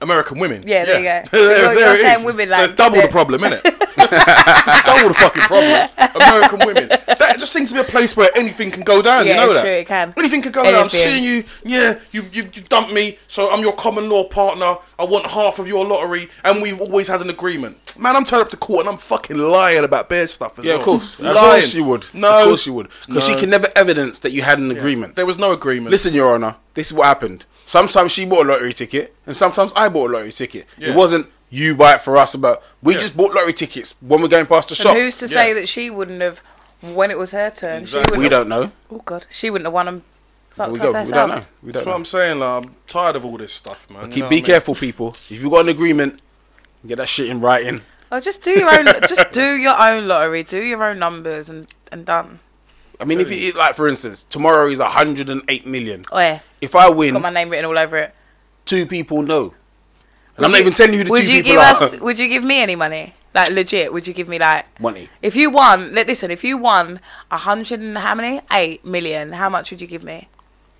American women.
Yeah, there you go.
there,
You're-
there
you're
it
saying
is.
women
so
like
it's double the
that-
problem, innit? it's double the fucking problem. American women. That just seems to be a place where anything can go down.
Yeah,
you know
it's
that.
true, it can.
Anything can go down. I'm
Anything.
seeing you. Yeah, you've, you've, you've dumped me, so I'm your common law partner. I want half of your lottery, and we've always had an agreement. Man, I'm turned up to court and I'm fucking lying about bear stuff as
Yeah,
well.
of course.
Lying.
Of course she would.
No.
Of course she would. Because she
No.
can never evidence that you had an agreement.
There was no agreement.
Listen, Your Honour, this is what happened. Sometimes she bought a lottery ticket, and sometimes I bought a lottery ticket.
Yeah.
It wasn't you buy it for us, but we
Yeah.
just bought lottery tickets when we're going past the shop.
And who's to
Yeah.
say that she wouldn't have, when it was her turn,
Exactly.
she
we
wouldn't
don't
have,
know.
oh god, she wouldn't have won them fucked
We,
off
go, we
herself.
don't know. We don't
That's what
know.
I'm saying. Like, I'm tired of all this stuff, man. You
Keep,
know
be
what I mean?
careful, people. If you've got an agreement, get that shit in writing.
Oh, just do your own, just do your own lottery, do your own numbers and, and done.
I mean, if you like, for instance, tomorrow is 108 million.
Oh yeah,
If I
got my
win,
name written all over it.
two people know. And I'm
Would
not even telling you who the
would
two
you
people
give
are.
us? Would you give me any money? Like legit? Would you give me like
Money.
If you won, li- listen. If you won a hundred and how many? Eight million. How much would you give me?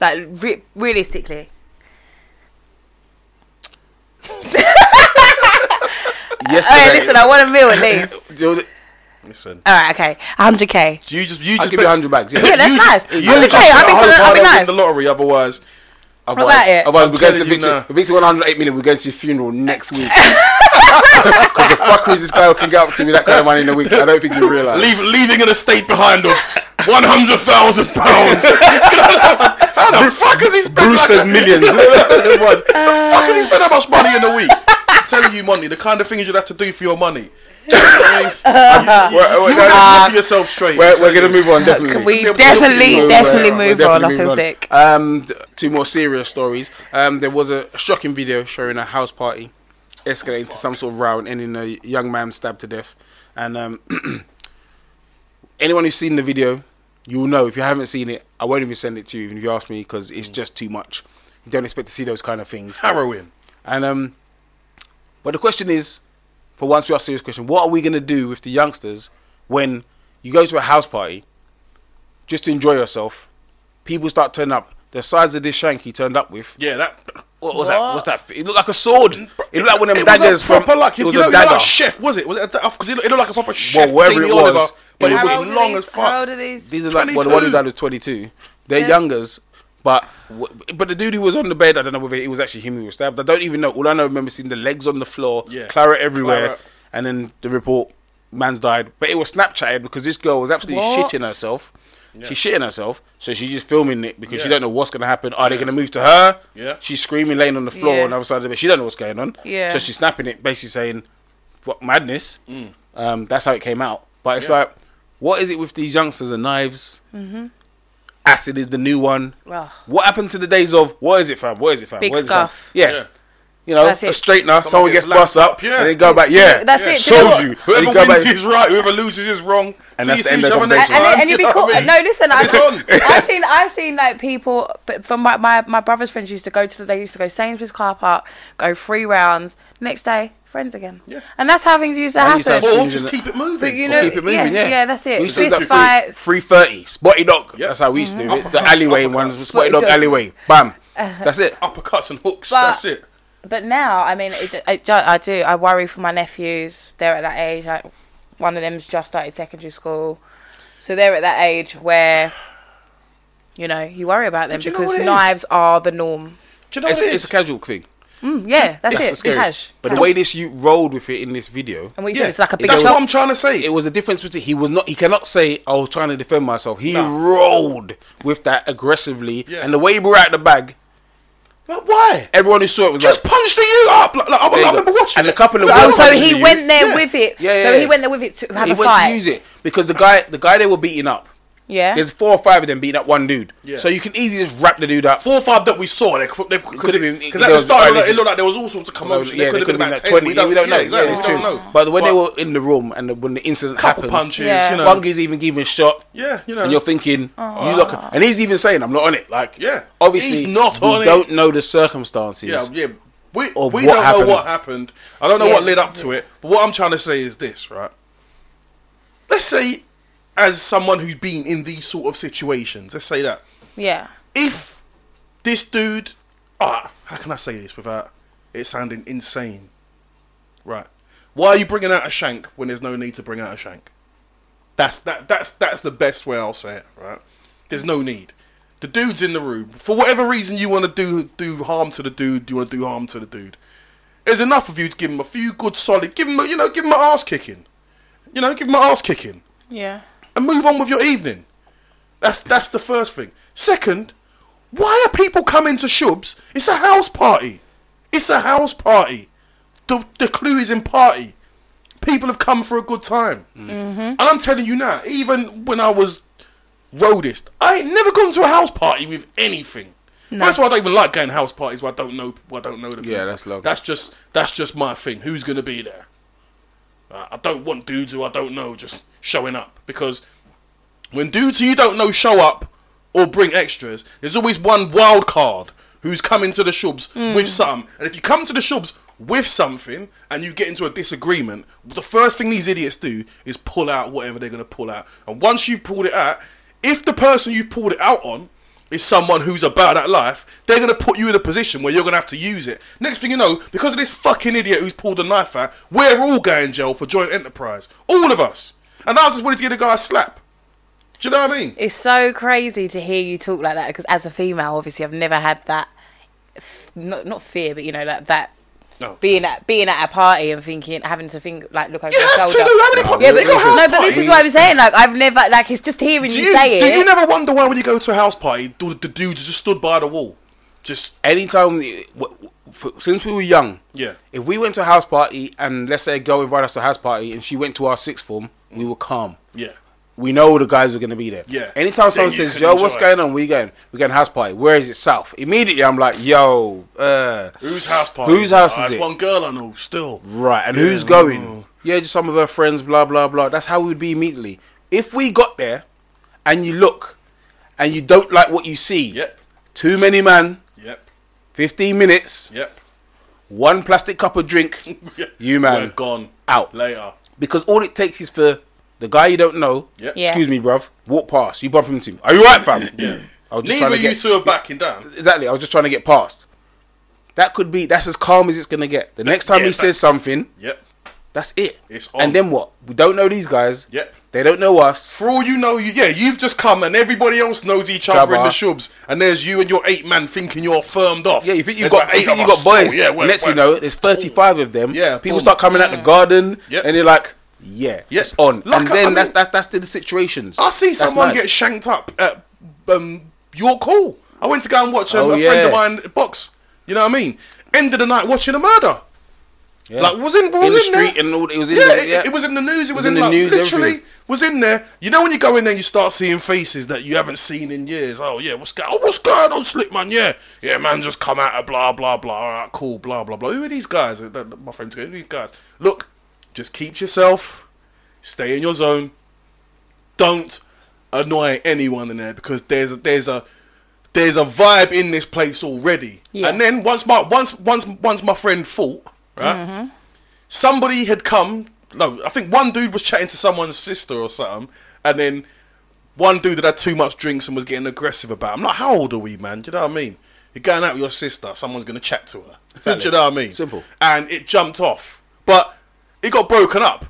Like re- realistically,
Yesterday.
hey, listen. I want a meal at least.
Listen.
All right, okay, hundred k.
You just, you
I'll
just
give you 100 bags. Yeah.
Yeah, that's
you
nice.
Just, you
Hundred
just
K,
bet
I think
a whole
that'll
pile
be
of
nice.
win the lottery. Otherwise,
Otherwise,
about it?
otherwise
I'm
we're going to
telling you
Victor.
now.
Victor 108 million. We're going to your funeral next week. Because the fuckeries this guy can get up to me that kind of money in a week. I don't think you realise.
leave, leaving an estate behind of one hundred thousand pounds. How the fuck has he spent?
Brewster's
like
millions.
It was. The fuck has he spent that much money in a week? I'm telling you, Monty, the kind of things you'd have to do for your money. You, know what I mean? you, you,
We're- we're
you wouldn't
gonna-
have to look at yourself straight.
We're,
I'm
we're going
telling
to
you.
move on, definitely.
Can we
Yeah, but
definitely,
So,
we'll-
definitely
uh, we're
move on?
definitely
I'm
moving
sick.
Um, d- two more serious stories. Um, there was a shocking video showing a house party escalating to some sort of row and ending a young man stabbed to death. And um, anyone who's seen the video, you'll know. If you haven't seen it, I won't even send it to you even if you ask me because it's just too much. You don't expect to see those kind of things.
Harrowing.
And um, but the question is, for once we ask a serious question, what are we going to do with the youngsters when you go to a house party just to enjoy yourself? People start turning up. The size of this shank he turned up with.
Yeah, that.
What was that? What's that? fi- It looked like a sword. It looked like one of them
it
daggers
was a proper
from.
like you,
it was
you know,
a
you know
dagger.
like chef was it? Was it because it, looked- it looked like a proper chef
Well, whatever
Jamie
it was,
Oliver, but
it
it
was-
How old
was
are
long
these-
as fuck.
How old are these?
These are like well, the one who died was twenty-two. They're
Yeah.
youngers, but w- but the dude who was on the bed, I don't know whether it was actually him who was stabbed. I don't even know. All I know, I remember seeing the legs on the floor,
Yeah.
claret everywhere,
Claret.
and then the report man's died, but it was Snapchatted because this girl was absolutely
What?
shitting herself. She's shitting herself, so she's just filming it because she
Yeah.
don't know what's gonna happen. Are they gonna move to her?
Yeah.
She's screaming, laying on the floor
Yeah.
on the other side of the bed. She don't know what's going on.
Yeah.
So she's snapping it, basically saying, "What madness?" Um, that's how it came out. But it's
Mm. Yeah.
like, what is it with these youngsters and knives? Mm-hmm. Acid is the new one.
Ugh.
What happened to the days of what is it, fam? What is it, fam?
Big
what is it, fam?"
scuff.
Yeah.
Yeah.
You know,
That's
a
it.
straightener, someone,
Someone
gets
gets
bust
lapped
up,
up, yeah.
and they go back, yeah.
that's it, do you
Showed
know what?
you. And
Whoever
you go
wins
back,
is right. Whoever loses is wrong.
And
so
that's
you
the
see
end
each
of
other next
conversation.
time.
and, and, and you'd be
you know
caught.
what I mean?
No, listen, I,
It's on.
I've seen I've seen like people, but from my, my my brother's friends used to go to they used to go Sainsbury's car park, go three rounds, next day friends again.
Yeah.
and that's how things used to
That
happen.
used to have
Or
scenes,
just
innit?
keep it
But
moving.
you
Or
know,
keep it moving, yeah.
that's it.
We used to do that
Fist fights.
Three thirty, spotty dog.
Yep.
That's how we used to do it. The alleyway
uppercuts.
ones,
Spotty
spotty dog
dog.
alleyway. Bam. That's it.
Uppercuts and hooks.
But-
that's it.
But now, I mean, it, it, ju- I do. I worry for my nephews. They're at that age. Like one of them's just started secondary school, so they're at that age where, you know, you worry about them
But you know
because
what it is?
knives are the norm.
Do you know
It's,
what it
it's
is?
a casual thing.
Mm, yeah, that's,
That's
it.
the scary.
Cash.
But
Cash.
the way this you rolled with it in this video,
and what you
Yeah,
said, it's like a big
That's what
chop.
I'm trying to say.
it was a difference between he was not. He cannot say I was trying to defend myself. He
No.
rolled with that aggressively,
Yeah.
and the way he brought out the bag,
Like, why?
everyone who saw it was
Just
like,
punch the you up. Like, like, I,
There you
I
go.
remember watching
And
it.
a couple of
So,
Well,
oh, so
punching
he
you.
went there
Yeah.
with it.
Yeah, yeah,
So he
yeah.
went there with it to have
he
a
went
fight.
to use it because the guy, the guy they were beating up.
Yeah.
There's four or five of them beating up one dude.
Yeah.
So you can easily just wrap the dude up.
Four or five that we saw, they because
Could've been-
because
there
at the
was- oh,
start it looked, it
listen.
looked like there was all sorts of commotion.
Oh, yeah,
there could have been
could've
about
like
ten. We don't,
know.
yeah, exactly.
yeah,
we
it's
don't
true.
know.
But when they were in the room and the, when the incident
couple
happened,
punches,
Yeah.
you know.
Bungi's even giving shot.
Yeah, you know.
And you're thinking, you look, and he's even saying, "I'm not on it." Like,
Oh. Yeah.
obviously,
He's not
we
on it.
don't know the circumstances.
Yeah, yeah. We,
Or
we
what
don't
happened.
know what happened. I don't know
Yeah.
what led up to it. But what I'm trying to say is this, right? Let's say, as someone who's been in these sort of situations, let's say that
yeah.
if this dude, ah, how can I say this without it sounding insane? Right? Why are you bringing out a shank when there's no need to bring out a shank? That's that that's that's the best way I'll say it. Right? There's no need. The dude's in the room for whatever reason you want to do do harm to the dude. You want to do harm to the dude. There's enough of you to give him a few good solid. Give him a- you know give him an ass kicking. You know give him an ass kicking
Yeah.
and move on with your evening. That's that's the first thing. Second, why are people coming to Shubs? It's a house party. It's a house party. The, the clue is in party. People have come for a good time. And I'm telling you now, even when I was roadist, I ain't never gone to a house party with anything. That's why I don't even like going to house parties where I don't know where I don't know the people.
that's long.
That's just that's just my thing. Who's gonna be there? Uh, I don't want dudes who I don't know just showing up because when dudes who you don't know show up or bring extras, there's always one wild card who's coming to the shubs with some. And if you come to the shubs with something and you get into a disagreement, the first thing these idiots do is pull out whatever they're going to pull out. And once you've pulled it out, if the person you've pulled it out on is someone who's about that life, they're going to put you in a position where you're going to have to use it. Next thing you know, because of this fucking idiot who's pulled a knife out, we're all going jail for joint enterprise. All of us. And I just wanted to get a guy a slap. Do you know what I mean?
It's so crazy to hear you talk like that because as a female, obviously, I've never had that. f- Not not fear, but you know, like that.
No.
Being at being at a party and thinking, having to think like look over
You
your
have to
shoulder.
do. How many par-
yeah, but
you got house
no, but this is
parties.
what I'm saying. Like I've never like it's just hearing
Do
you,
you,
say
do
it.
you never wonder why when you go to a house party, do the, the dudes just stood by the wall? Just
Anytime, w- w- f- since we were young,
Yeah.
If we went to a house party and let's say a girl invited us to a house party and she went to our sixth form, we were calm.
yeah,
We know the guys are going to be there.
Yeah.
Anytime
Then
someone
you
says,
can
"Yo, what's
enjoy it.
going on? Where you going? We're going to house party. Where is it? South." Immediately, I'm like, "Yo, uh,
whose house party?
Whose house
Ah,
is
it's
it?
One girl I know still. Oh.
Right, and who's going? Yeah, just some of her friends, blah blah blah. That's how we would be immediately. If we got there and you look and you don't like what you see,
Yep.
too many man,
Yep,
fifteen minutes,
yep.
one plastic cup of drink, you
We're
man
gone
out.
later.
Because all it takes is for the guy you don't know,
Yep. Yeah.
excuse me, bruv, walk past, you bump into him. Are you right, fam? yeah. I was just trying
Neither
to
of you
get
two are backing down.
exactly. I was just trying to get past. That could be. That's as calm as it's gonna get. The next time
yeah,
he
that-
says something,
Yep.
That's it.
It's on.
And then what? We don't know these guys.
Yep.
They don't know us.
For all you know, you, yeah, you've just come and everybody else knows each other in
Jabba.
the shubs, and there's you and your eight man thinking you're firmed off.
Yeah, you think you've
There's
got,
about
you think
of
you got
us.
boys.
Oh, yeah, we're-
Next we
we're-
know, there's 35 of them.
Yeah,
People
boom.
start coming out the garden
Yep.
and they're like, Yeah,
Yeah.
it's on.
Like,
and
I
then
mean-
that's that's that's the situations.
I see
That's
someone
nice.
get shanked up at um, York Hall. I went to go and watch um,
Oh,
a friend
yeah.
of mine box. You know what I mean? End of the night watching a murder.
Yeah.
Like was in
in
was
the
there.
street and all. It was in
yeah,
the,
it-
yeah.
It, was in the news. It was,
in
in,
the
like,
news,
literally
everything.
was in there. You know when you go in there, and you start seeing faces that you haven't seen in years. Oh yeah, what's going? Oh, what's going on, Slick Man? Yeah, yeah, man, just come out of blah blah blah. All right, cool, blah blah blah. Who are these guys? Uh, that- that- My friends, go, who are these guys? Look, just keep yourself, stay in your zone. Don't annoy anyone in there because there's a, there's a there's a vibe in this place already.
Yeah.
And then once my once once once my friend fought, right? somebody had come. No, I think one dude was chatting to someone's sister or something, and then one dude that had too much drinks and was getting aggressive about. it. I'm like, how old are we, man? Do you know what I mean? You're going out with your sister. Someone's gonna chat to her. Do you know what I mean?
Simple.
And it jumped off, but it got broken up.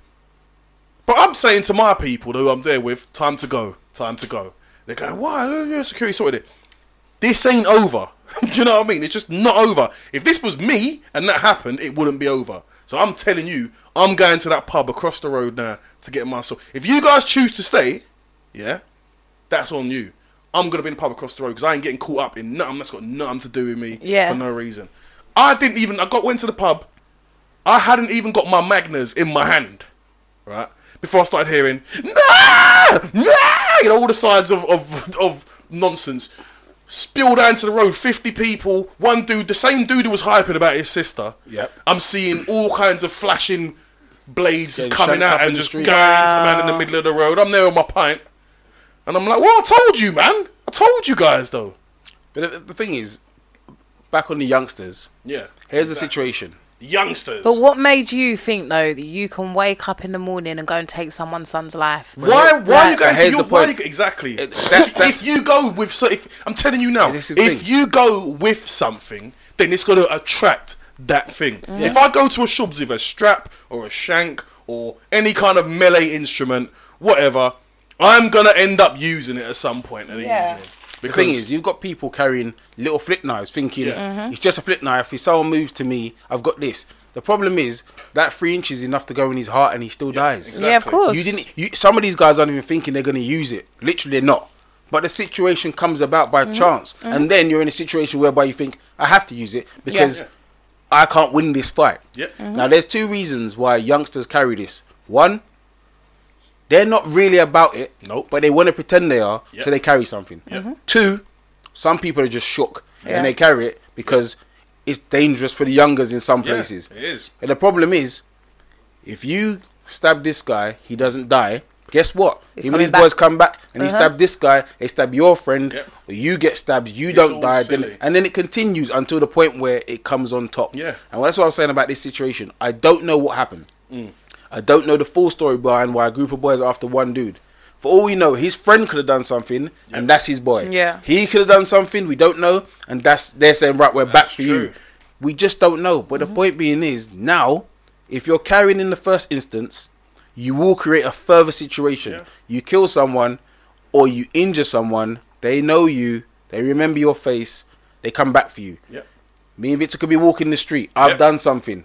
But I'm saying to my people who I'm there with, time to go, time to go. They're going, why? Oh, yeah, Security sorted it. This ain't over. Do you know what I mean? It's just not over. If this was me and that happened, it wouldn't be over. So I'm telling you, I'm going to that pub across the road now to get my soul. If you guys choose to stay, yeah, that's on you. I'm gonna be in the pub across the road because I ain't getting caught up in nothing that's got nothing to do with me
Yeah.
for no reason. I didn't even. I got went to the pub. I hadn't even got my magnas in my hand, right? Before I started hearing, nah, nah, you know, all the sides of, of, of nonsense. Spilled out into the road, 50 people, one dude, the same dude who was hyping about his sister.
Yep.
I'm seeing all kinds of flashing blades
Getting
coming
shanked
out
up in
and
the
just going
street. Ah.
to man in the middle of the road. I'm there with my pint. And I'm like, well, I told you, man. I told you guys, though.
But the, the thing is, back on the youngsters.
Yeah.
Here's the situation.
Youngsters.
But what made you think though that you can wake up in the morning and go and take someone's son's life?
Why? Why are you
Right,
going
but
to
here's
your?
the
Why are you,
point.
exactly?
It- that's-
If-
that's-
if you go with, so if I'm telling you now,
This
if
is the thing.
you go with something, then it's going to attract that thing.
Mm.
If I go to a shop with a strap or a shank or any kind of melee instrument, whatever, I'm gonna end up using it at some point. and
Yeah.
using it.
The
Because
thing is, you've got people carrying little flip knives, thinking
Yeah.
it's just a flip knife. If someone moves to me, I've got this. The problem is that three inches is enough to go in his heart, and he still dies.
exactly.
Yeah, of course.
You didn't. You, some of these guys aren't even thinking they're going to use it. Literally, they're not. But the situation comes about by chance, and then you're in a situation whereby you think I have to use it because
Yeah.
I can't win this fight.
Yep. Mhm.
Now, there's two reasons why youngsters carry this. One, they're not really about it,
Nope.
but they want to pretend they are,
Yep.
so they carry something.
Yep. Mhm.
Two, some people are just shook
Yeah.
and they carry it because it's dangerous for the youngers in some
Yeah,
places.
it is.
And the problem is, if you stab this guy, he doesn't die. Guess what?
He's
Him and his
coming
boys
back.
come back and he
Uh-huh.
stabbed this guy, they stab your friend,
Yep.
you get stabbed, you don't
all
die,
silly.
then, and then it continues until the point where it comes on top.
Yeah.
And that's what I was saying about this situation. I don't know what happened.
Mm.
I don't know the full story behind why a group of boys are after one dude. For all we know, his friend could have done something, and that's his boy.
Yeah.
He could have done something, we don't know, and that's they're saying, right, we're back
That's
for
true.
you. We just don't know. But
Mm-hmm.
the point being is now, if you're carrying in the first instance, you will create a further situation.
Yeah.
You kill someone or you injure someone, they know you, they remember your face, they come back for you.
Yep.
Me and Victor could be walking the street. I've
Yep.
done something.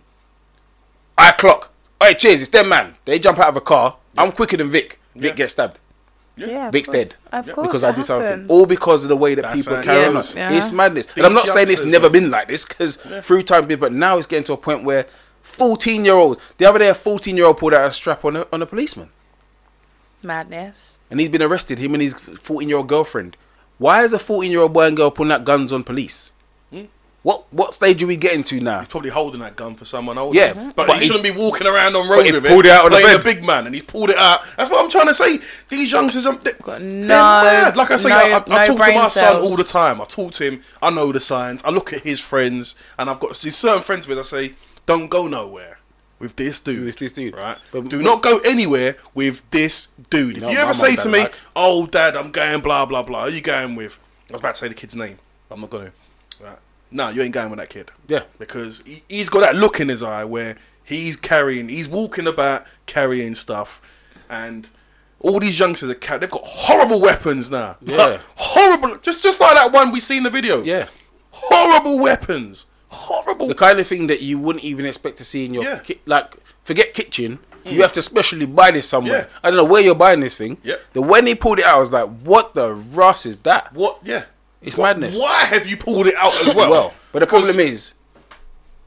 I clock. Hey, cheers, it's them man. They jump out of a car. I'm quicker than Vic. Vic
Yeah.
gets stabbed.
Yeah, of
Vic's
course.
dead.
Of
Yeah.
course,
because
it
I did something.
happens.
All because of the way that
That's how
people
it
carry on.
goes.
Yeah.
It's madness. and I'm
These
not saying it's
youngsters,
never
man.
been like this because through time, but now it's getting to a point where 14 year old, the other day, a 14 year old pulled out a strap on a, on a policeman
Madness.
and he's been arrested, him and his 14 year old girlfriend. Why is a 14 year old boy and girl pulling out guns on police? What, what stage are we getting to now?
He's probably holding that gun for someone older.
Yeah,
but,
but
he,
he-
shouldn't be walking around on road
he
with
pulled it out on the
playing
bed.
big man, and he's pulled it out. That's what I'm trying to say. These youngsters, are, they,
Got
are
no-
mad. Like I say,
no-
I, I, I
no
talk to
brain
my son
cells.
all the time. I talk to him. I know the signs. I look at his friends, and I've got see certain friends with. I say, don't go nowhere. With this dude,
With this dude.
right?
But-
Do not go anywhere with this dude. If
know
you
what
ever
my
say
mum
to
don't
me,
like?
"Oh, dad, I'm going blah blah blah," who you going with? I was about to say the kid's name. I'm not gonna. Right? No, you ain't going with that kid.
Yeah.
Because he, he's got that look in his eye where he's carrying, he's walking about carrying stuff, and all these youngsters are ca- they've got horrible weapons now.
Yeah.
Like, horrible. Just just like that one we see in the video.
Yeah.
Horrible weapons. Horrible.
the kind of thing that you wouldn't even expect to see in your
Yeah. Mm.
ki- like forget kitchen You have to specially buy this somewhere.
Yeah.
I don't know where you're buying this thing.
Yep.
The when they pulled it out, I was like, "What the Ross is that?"
What? Yeah.
It's
Wh-
madness.
Why have you pulled it out as well?
Well, but the
Because-
problem is,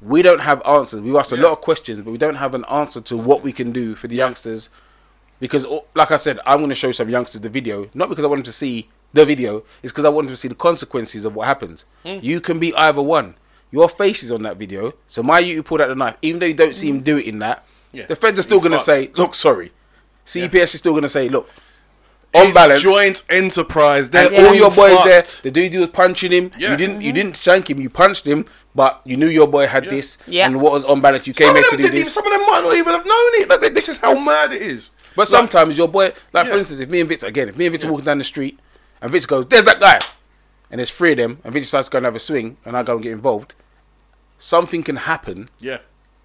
we don't have answers. We asked a
Yeah.
lot of questions, but we don't have an answer to what we can do for the youngsters. Because, o- like I said, I'm going to show some youngsters the video, not because I want them to see the video, it's because I want them to see the consequences of what happens.
Hmm.
You can be either one. Your face is on that video, so my you pulled out the knife, even though you don't see him do it in that,
Hmm. Yeah.
the feds are still
He's
going to
fucked.
say, "Look, sorry." CPS is still going to say, "Look." On
It's
balance,
joint enterprise. They're
and all your boys
fucked.
there. The dude you was punching him.
Yeah.
You didn't. You didn't shank him. You punched him, but you knew your boy had this.
Yeah.
And what was on balance, you
Some
came
of
here to
them
do
didn't even,
this.
some of them might not even have known it. Like, this is how mad it is.
But sometimes your boy, like
Yeah.
for instance, if me and Vince again, if me and Vince are walking down the street, and Vince goes, "There's that guy," and there's three of them, and Vince decides to go and have a swing, and I go and get involved. Something can happen
Yeah.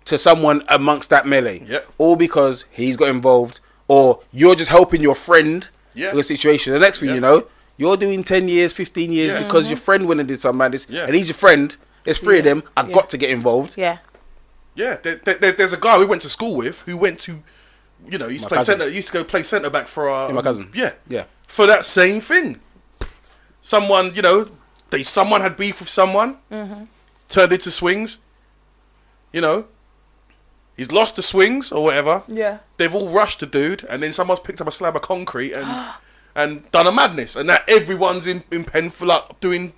to someone amongst that melee.
Yeah.
All because he's got involved, or you're just helping your friend
Yeah.
with a situation. The next thing
Yeah.
you know, you're doing 10 years, 15 years
Yeah.
because your friend went and did something like this,
Yeah.
and he's your friend. There's three of them. I
Mm-hmm. Yeah.
got to get involved.
Yeah.
Yeah, there, there- there- there's a guy we went to school with who went to, you know, he used to
My
play
cousin.
centre. he Used to go play centre back for our
my cousin.
Yeah,
Yeah.
for that same thing. Someone, you know, they someone had beef with someone,
Mm-hmm.
turned into swings. You know, he's lost the swings or whatever.
Yeah.
they've all rushed the dude, and then someone's picked up a slab of concrete and and done a madness, and now everyone's in in pen for like doing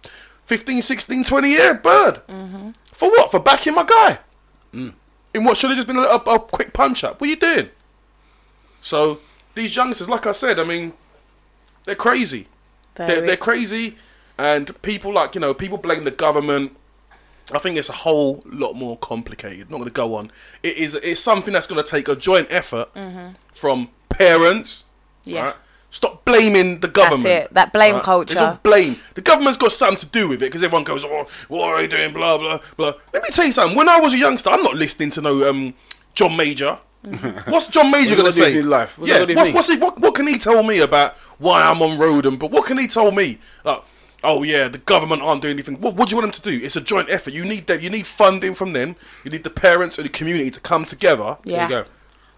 15, 16, 20 year bird for what? For backing my guy Mm. in what should have just been a, a, a quick punch up. What are you doing? So these youngsters, like I said, I mean, they're crazy. They're,
Very.
they're crazy, and people like you know people blame the government. I think it's a whole lot more complicated. Not going to go on. It is. It's something that's going to take a joint effort from parents.
Mm-hmm. Yeah.
right? Stop blaming the government.
it, that blame
It's all
culture.
blame. The government's got something to do with it because everyone goes, "Oh, what are you doing?" Blah blah blah. Let me tell you something. When I was a youngster, I'm not listening to no um John Major.
Mm-hmm.
What's John Major
What's that got
going to
to do
say?
with your life? What's that
yeah.
got to do
What's,
with
what's he, what, what can he tell me about why I'm on road and but what can he tell me? Like, oh yeah, the government aren't doing anything. What, what do you want them to do? It's a joint effort. You need them. You need funding from them. You need the parents and the community to come together.
There
Yeah. Mm-hmm.
you go.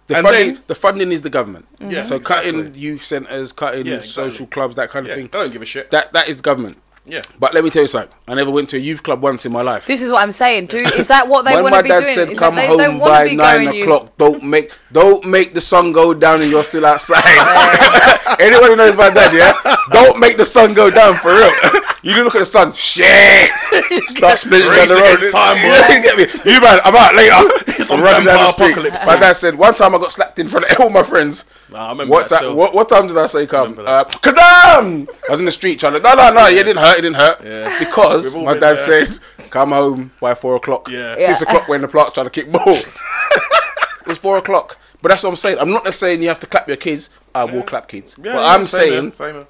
The
And
funding,
then-
the funding is the government.
Yeah,
so cutting
exactly.
youth centres, cutting
Yeah,
social
exactly.
clubs, that kind of
Yeah,
thing.
they don't give a shit.
That that is government.
Yeah.
But let me tell you something. I never went to a youth club once in my life.
This is what I'm saying. Do is that what they
when
want to
my
be
dad
doing?
said
Is that
come
they
home
wanna
by nine
you-
o'clock don't make don't make the sun go down and you're still outside anyone who knows my dad yeah don't make the sun go down for real you do look at the sun shit start splitting down the
Race
road
against time, boy.
you get me you man I'm out later
It's
I'm
a
running down the
vampire
street
apocalypse
my dad said one time I got slapped in front of all my friends
Nah, I remember
what,
that
ti-
still.
what, what time did I say come?
Remember
Uh,
that.
Kadam! I was in the street trying to, no, no, no, yeah, it didn't hurt, it didn't hurt.
Yeah.
Because
We've all
my
been
dad
there.
said, come home by four o'clock.
Yeah.
Six
Yeah.
o'clock when the plot's trying to kick ball. it was four o'clock. But that's what I'm saying. I'm not just saying you have to clap your kids. I will clap kids.
Yeah,
but
yeah,
I'm
same here,
saying
same here.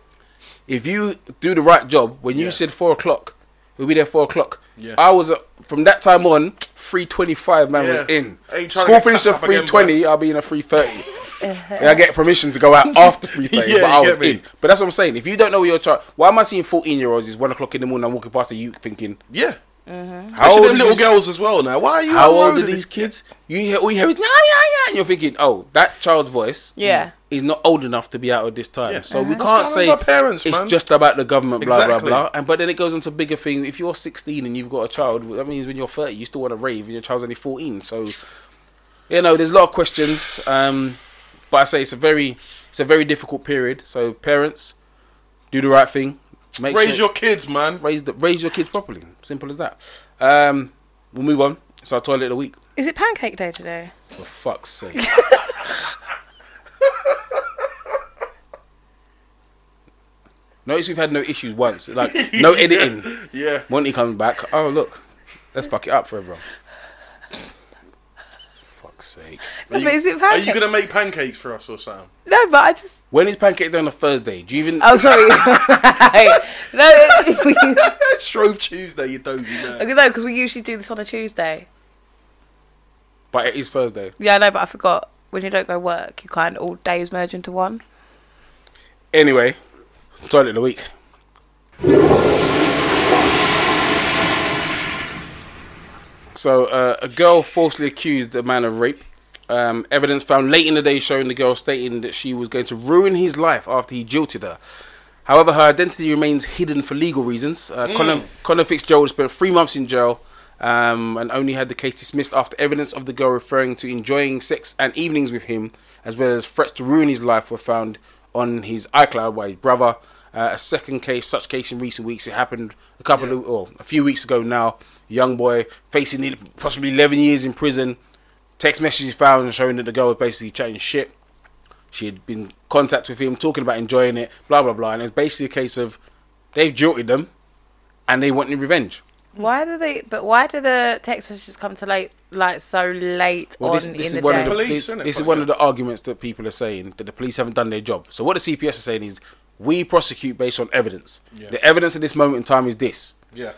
if you do the right job, when you
Yeah.
said four o'clock, we'll be there four o'clock.
Yeah.
I was, uh, from that time on, 3.25 man was
Yeah.
in.
Ain't trying to
School
get
finished at
clapped up again,
3.20, I'll be in at 3.30. and I get permission to go out after 3.30,
Yeah,
but I
you
was
get me.
in. But that's what I'm saying. If you don't know where your child, why am I seeing 14 year olds is one o'clock in the morning, I'm walking past the youth thinking,
Yeah.
how old,
Especially
are
them little
these-
girls as well. Now, why are you?
how
on
old
road
are
in
these
this-
kids? You hear, all you hear is, yeah, yeah, yeah. And you're thinking, oh, that child's voice
Yeah.
is not old enough to be out at this time.
Yeah.
So we
What's
can't
going on
say
with our parents,
it's
man?
just about the government, blah,
Exactly.
blah, blah. And But then it goes on to bigger thing. If you're 16 and you've got a child, that means when you're 30, you still want to rave and your child's only 14. So, you know, there's a lot of questions. Um, but I say it's a very, it's a very difficult period. So parents, do the right thing. Make
Raise
sure-
your kids, man.
raise the raise your kids properly. Simple as that. Um, we'll move on. It's our toilet of the week.
Is it pancake day today?
For fuck's sake. Notice we've had no issues once. Like no editing.
Yeah.
Monty comes back. Oh look, let's fuck it up for everyone. Fuck's sake.
Are you,
Is it
are you
pancake?
gonna make pancakes for us or something?
No, but I just.
When is pancake day on a Thursday? Do you even?
Oh, sorry. no, it's-
Shrove Tuesday, you dozy man.
no, because we usually do this on a Tuesday.
But it is Thursday.
Yeah, I know, but I forgot. When you don't go work, you kind of all days merge into one.
Anyway, toilet of the week. So, uh, a girl falsely accused a man of rape. Um, evidence found late in the day showing the girl stating that she was going to ruin his life after he jilted her. However, her identity remains hidden for legal reasons. Uh, Connor, Connor Fitzgerald spent three months in jail um, and only had the case dismissed after evidence of the girl referring to enjoying sex and evenings with him, as well as threats to ruin his life, were found on his iCloud by his brother. Uh, a second case, such case in recent weeks, it happened a couple of, or a few weeks ago now. Young boy facing nearly- possibly 11 years in prison. Text messages found showing that the girl was basically chatting shit. She had been in contact with him, talking about enjoying it, blah blah blah. And it's basically a case of they've jilted them, and they wanted revenge.
Why do they? But why do the text messages come to late, like so late
Well,
on
this, this
in
is
the
one
day?
of the
Police,
this,
innit?
this is one of the arguments that people are saying that the police haven't done their job. So what the CPS are saying is we prosecute based on evidence.
Yeah.
The evidence at this moment in time is this.
Yeah.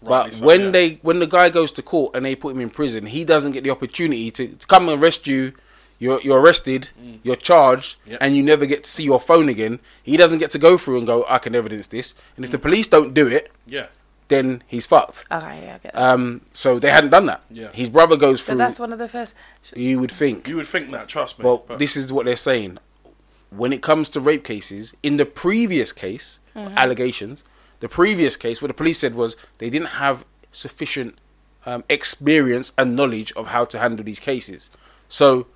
But when they when the guy goes to court and they put him in prison, he doesn't get the opportunity to come and arrest you. You're you're arrested,
Mm.
you're charged,
Yep.
and you never get to see your phone again. He doesn't get to go through and go, I can evidence this. And
Mm.
if the police don't do it,
Yeah.
then he's fucked.
okay, yeah, I get that.
Um, so they hadn't done that.
Uh, Yeah.
His brother goes
so
through.
that's one of the first.
you would think.
You would think that, trust me.
Well,
but-
this is what they're saying. When it comes to rape cases, in the previous case,
Mm-hmm.
allegations, the previous case, what the police said was they didn't have sufficient um, experience and knowledge of how to handle these cases. So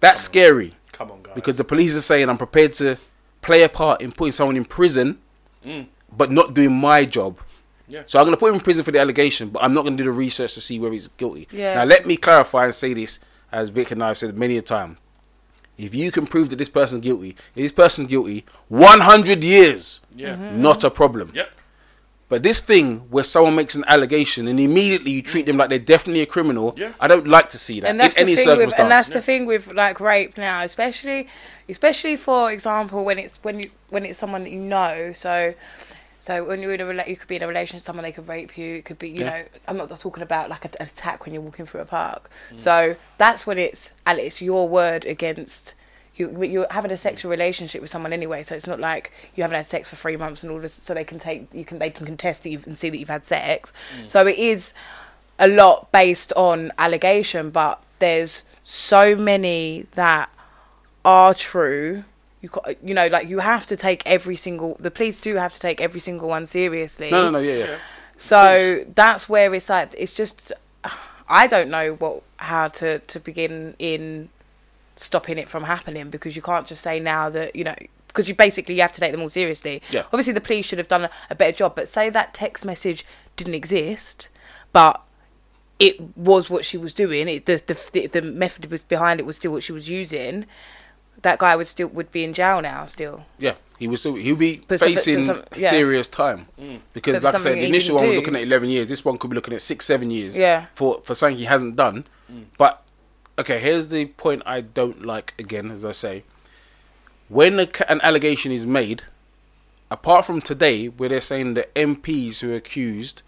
that's scary.
Come on, guys.
Because the police are saying, I'm prepared to play a part in putting someone in prison, but not doing my job.
Mm. Yeah.
So I'm going to put him in prison for the allegation, but I'm not going to do the research to see whether he's guilty.
Yeah.
Now, let me clarify and say this, as Vic and I have said many a time. If you can prove that this person's guilty, if this person's guilty, 100 years,
Yeah.
Mm-hmm.
Mhm.
not a problem.
Yep.
But this thing where someone makes an allegation and immediately you treat them like they're definitely a criminal,
Mm-hmm. Yeah.
I don't like to see that
and that's
in any
the thing
circumstance.
with and that's the thing with like rape now especially especially for example when it's when you when it's someone that you know so so when you're in a rela- you could be in a relationship with someone they could rape you it could be you
Yeah.
know i'm not talking about like a, an attack when you're walking through a park
Mm.
so that's when it's and it's your word against you, you're having a sexual relationship with someone anyway, so it's not like you haven't had sex for three months and all this. So they can take you can they can contest that you've, and see that you've had sex.
Mm.
So it is a lot based on allegation, but there's so many that are true. You ca- you know like you have to take every single the police do have to take every single one seriously.
No, no, no, yeah, yeah.
So that's where it's like it's just I don't know what how to to begin in stopping it from happening because you can't just say now that you know because you basically you have to take them all seriously.
Yeah.
Obviously the police should have done a, a better job, but say that text message didn't exist, but it was what she was doing. It, the, the the the method was behind it was still what she was using. That guy would still would be in jail now still.
Yeah, he was still he'll be
But so- but
facing
some- yeah. Mm.
serious time because,
But
like I
something
said, the
he
initial
didn't
one was
do.
looking at eleven years. This one could be looking at six, seven years.
Yeah. Mm.
for for something he hasn't done. But okay, here's the point I don't like again, as I say, when a, ca- an allegation is made, apart from today, where they're saying that MPs who are accused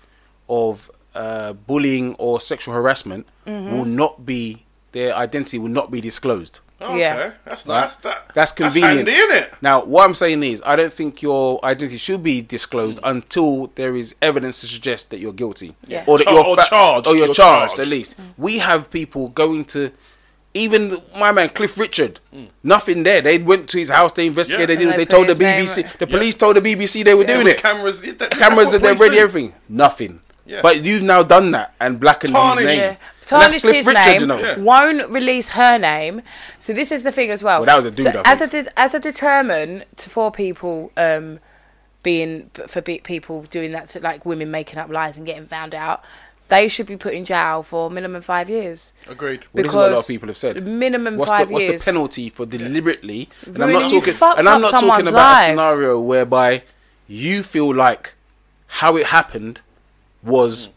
of uh, bullying or sexual harassment
Mm-hmm.
will not be their identity will not be disclosed.
Okay.
Yeah.
That's nice. That,
That's convenient.
That's handy, innit?
Now, what I'm saying is, I don't think your identity should be disclosed
Mm.
until there is evidence to suggest that you're guilty,
Yeah. Mm.
or that
Char-
you're
or
fa-
charged.
or you're,
You're
charged,
charged.
At least we have people going to. Even my man Cliff Richard, nothing there. They went to his house, they investigated,
Mm. Yeah.
they, did, they told
And they
the
put his name-
BBC, the police told the BBC they were
It
doing
was
it.
cameras. It, that,
Cameras,
that's
and they
what
ready
police do.
everything, nothing.
Yeah.
But you've now done that and blackened
Tarnished.
his name.
Yeah.
And that's
tarnished
Cliff
his
Richard,
name,
you know.
Yeah.
won't release her name. So this is the thing as well.
Well, that was a dude,
So
I think.
as a de- as a determinant to for people um, being for be- people doing that to like women making up lies and getting found out, they should be put in jail for minimum five years.
Agreed.
Well, this is what a lot of
Because
people have said.
minimum
what's
five
the, what's
years.
the penalty for deliberately? And I'm
Really,
not
you
talking.
fucked
And I'm
up
not talking
someone's
about a
life.
scenario whereby you feel like how it happened was
Mm.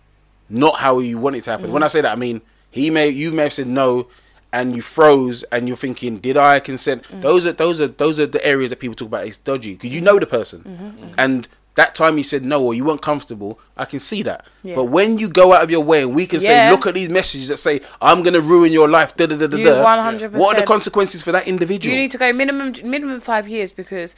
not how you want it to happen. When I say that, I mean he may you may have said no, and you froze, and you're thinking, did I consent?
Mm.
Those are those are those are the areas that people talk about. It's dodgy because you know the person,
Mm-hmm,
and that time you said no or you weren't comfortable. I can see that.
Yeah.
But when you go out of your way and we can say,
Yeah.
look at these messages that say, I'm gonna ruin your life. Da da da da.
You
da.
100%.
What are the consequences for that individual?
You need to go minimum minimum five years because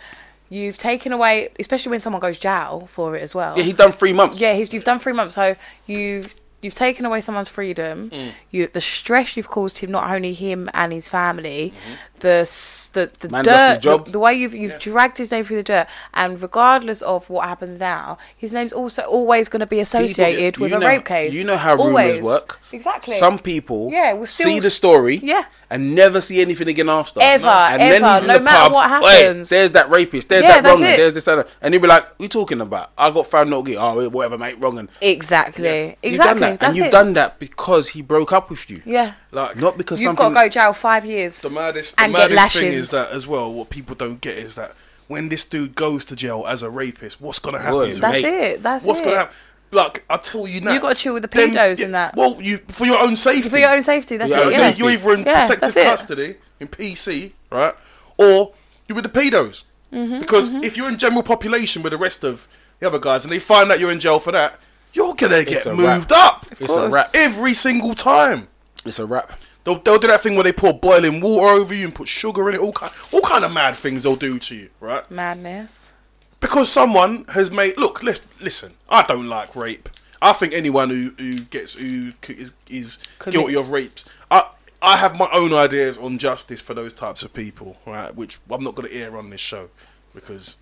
you've taken away, especially when someone goes jail for it as well.
yeah, he done three months.
Yeah, he's, you've done three months, so you've you've taken away someone's freedom.
Mm.
You the stress you've caused him, not only him and his family, the s the the
Mm-hmm. Man lost his
dirt, the,
job.
the way you've you've dragged his name through the dirt, and regardless of what happens now, his name's also always going to be associated
People-
with
you
a
know-
rape case.
You know how
always.
rumors work.
Exactly.
Some people
Yeah, will still-
see the story
Yeah.
and never see anything again after.
Ever,
and
ever,
then he's in
no
the
matter
pub,
what
"Oi,
happens."
there's that rapist, there's
Yeah,
that
that's
wrong,
it.
there's this, that, and he'll be like, "We talking about? I got found not guilty. Oh, whatever, mate, wrong." And
Exactly. Exactly.
You've done that,
That's
and you've
it.
done that because he broke up with you.
Yeah.
Like
Not because
You've got
something.
to go jail five years
The maddest, the
and get
maddest thing
lashings.
is that as well. What people don't get is that when this dude goes to jail as a rapist, what's gonna happen?
Word.
to
That's
him?
it. That's
what's
it.
gonna happen? Like I tell you now,
You gotta chill with the
them-
pedos and that.
Well, you for your own safety.
for your own safety. That's
Yeah,
it.
I'd
You
say
know,
Yeah.
safety.
You're either in
Yeah,
protective
that's it.
custody in PC, right, or you're with the pedos.
Mm-hmm,
because if you're in general population with the rest of the other guys, and they find out you're in jail for that, you're gonna get
a
moved
wrap.
up.
It's a wrap.
every single time.
It's a wrap.
They'll, they'll do that thing where they pour boiling water over you and put sugar in it. All kind, all kind of mad things they'll do to you, right?
Madness.
Because someone has made. Look, li- listen. I don't like rape. I think anyone who, who gets who c- is, is
Commit-
guilty of rapes. I I have my own ideas on justice for those types of people, right? Which I'm not going to air on this show because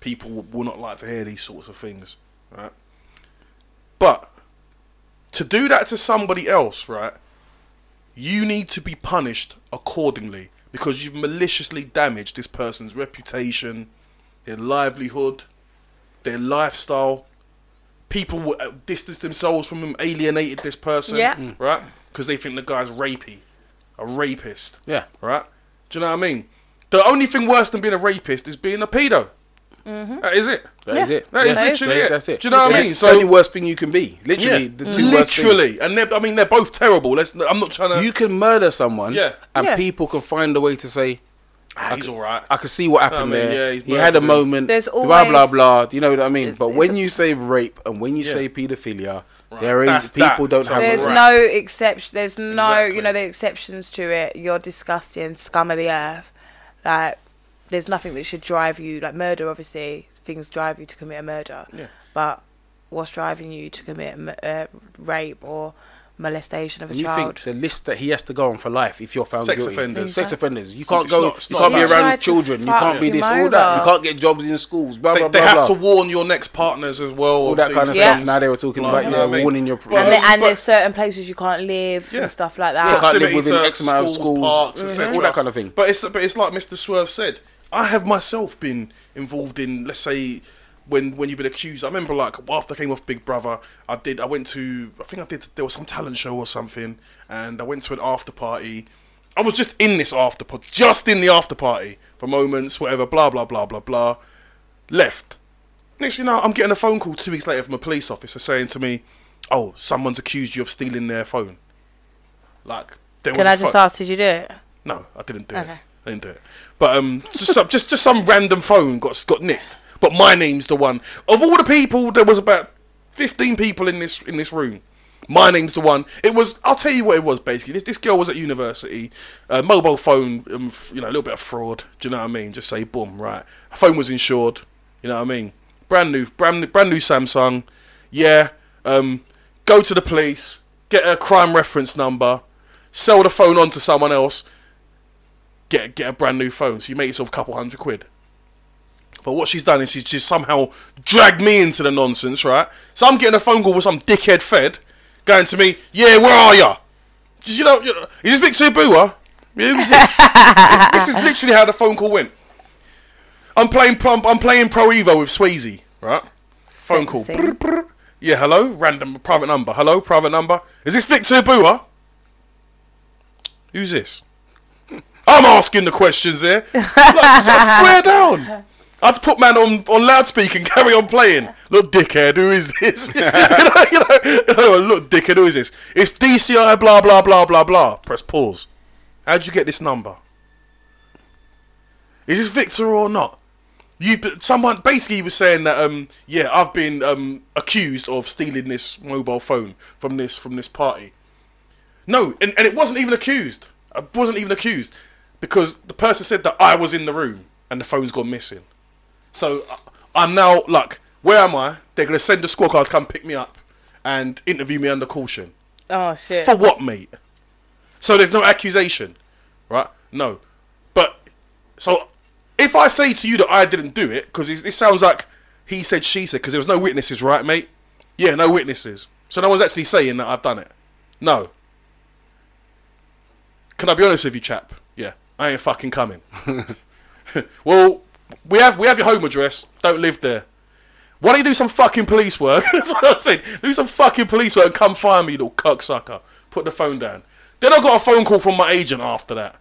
people will- will not like to hear these sorts of things, right? But to do that to somebody else, right? you need to be punished accordingly because you've maliciously damaged this person's reputation, their livelihood, their lifestyle. People w- uh, distanced themselves from him, alienated this person,
Yeah. Mm.
right? Because they think the guy's rapey, a rapist,
Yeah.
right? Do you know what I mean? The only thing worse than being a rapist is being a pedo. That is it.
That
Yeah.
is it.
That is
Yeah.
literally
That-
it.
That's it.
Do you know what I
It's
mean?
the
So-
only worst thing you can be. Literally, the two worst things.
literally, and they're, I mean they're both terrible. Let's. I'm not trying to.
You can murder someone,
Uh, Yeah.
and
Yeah.
people can find a way to say,
Ah, he's all right.
I can see what happened
I mean,
there.
yeah, he's
he had a
murdered him.
moment.
There's
blah blah
always-
blah. Do you know what I mean?
It's-
But
it's
when
a-
you say rape and when you say paedophilia, there
That's
is
that.
people don't
So
have.
There's
a
Right.
right.
no exception. There's no,
Exactly.
you know, the exceptions to it. You're disgusting, scum of the earth. Like, there's nothing that should drive you. Like murder, obviously, things drive you to commit a murder.
Yeah.
But what's driving you to commit m- uh, rape or molestation of a
And you
child?
think the list that he has to go on for life if you're found
Sex
guilty?
offenders.
Sex offenders. You can't
It's
go.
not- it's
you
not
can't be
about-
around
Try to
children. You
fuck
can't be
him
this all that. You
over.
can't get jobs in schools. Blah
They,
blah
they
blah.
have
blah.
to warn your next partners as well.
All that kind of
these
stuff.
things.
Now they were talking
Like,
about
you
you
know
know,
what I mean?
warning your.
But-
and, the- and
but-
there's certain places you can't live
Yeah.
and stuff like that.
Yeah, can't live
Proximity
within
to
X amount of schools,
parks,
mhm.
etc.
all that kind of thing.
But it's but it's like Mr. Swerve said. I have myself been involved in, let's say, when when you've been accused. I remember like after I came off Big Brother, I did. I went to. I think I did. There was some talent show or something, and I went to an after party. I was just in this after party, just in the after party for moments, whatever. Blah blah blah blah blah. Left. Next thing you know, I'm getting a phone call two weeks later from a police officer saying to me, "Oh, someone's accused you of stealing their phone." Like, there
Can
was a
I just
phone-
ask, did you do it?
no, I didn't do it.
Okay.
I didn't do it. But um, just some, just just some random phone got got nicked. But my name's the one. Of all the people, there was about fifteen people in this in this room. My name's the one. It was. I'll tell you what it was. Basically, this this girl was at university. Uh, mobile phone. Um, f- you know, a little bit of fraud. Do you know what I mean? Just say boom, right? Her phone was insured. You know what I mean? Brand new, brand new, brand new Samsung. Yeah. Um, go to the police. Get a crime reference number. Sell the phone on to someone else get get a brand new phone. So you make yourself a couple hundred quid. But what she's done is she's just somehow dragged me into the nonsense, right? So I'm getting a phone call with some dickhead fed going to me, yeah, where are ya? Just, you, know, you know, is this Victor Bua? Yeah, who's this? this is literally how the phone call went. I'm playing plump, I'm playing Pro Evo with Sweezy, right? Phone call.
Sexy.
Brr, brr. Yeah, hello, random private number. Hello, private number. Is this Victor Bua? Who's this? I'm asking the questions here. Like, I swear down. I'd put man on, on loudspeaker and carry on playing. Look, dickhead, who is this? you, know, you, know, you know, look, dickhead, who is this? It's DCI, blah, blah, blah, blah, blah. Press pause. How'd you get this number? Is this Victor or not? You someone basically he was saying that um yeah I've been um accused of stealing this mobile phone from this from this party. No, and, and it wasn't even accused. I wasn't even accused because the person said that I was in the room and the phone's gone missing. uh, So I- I'm now like, where am I? They're gonna send the squad car to come pick me up, and interview me under caution.
Oh shit.
For what, mate? So there's no accusation, right? No. But, so if I say to you that I didn't do it, because it sounds like he said, she said, because there was no witnesses, right, mate? Yeah, no witnesses. So no one's actually saying that I've done it. No. Can I be honest with you, chap? Yeah, I ain't fucking coming. well, we have we have your home address. Don't live there. Why don't you do some fucking police work? That's what I said. Do some fucking police work and come find me, you little cocksucker. Put the phone down. Then I got a phone call from my agent after that.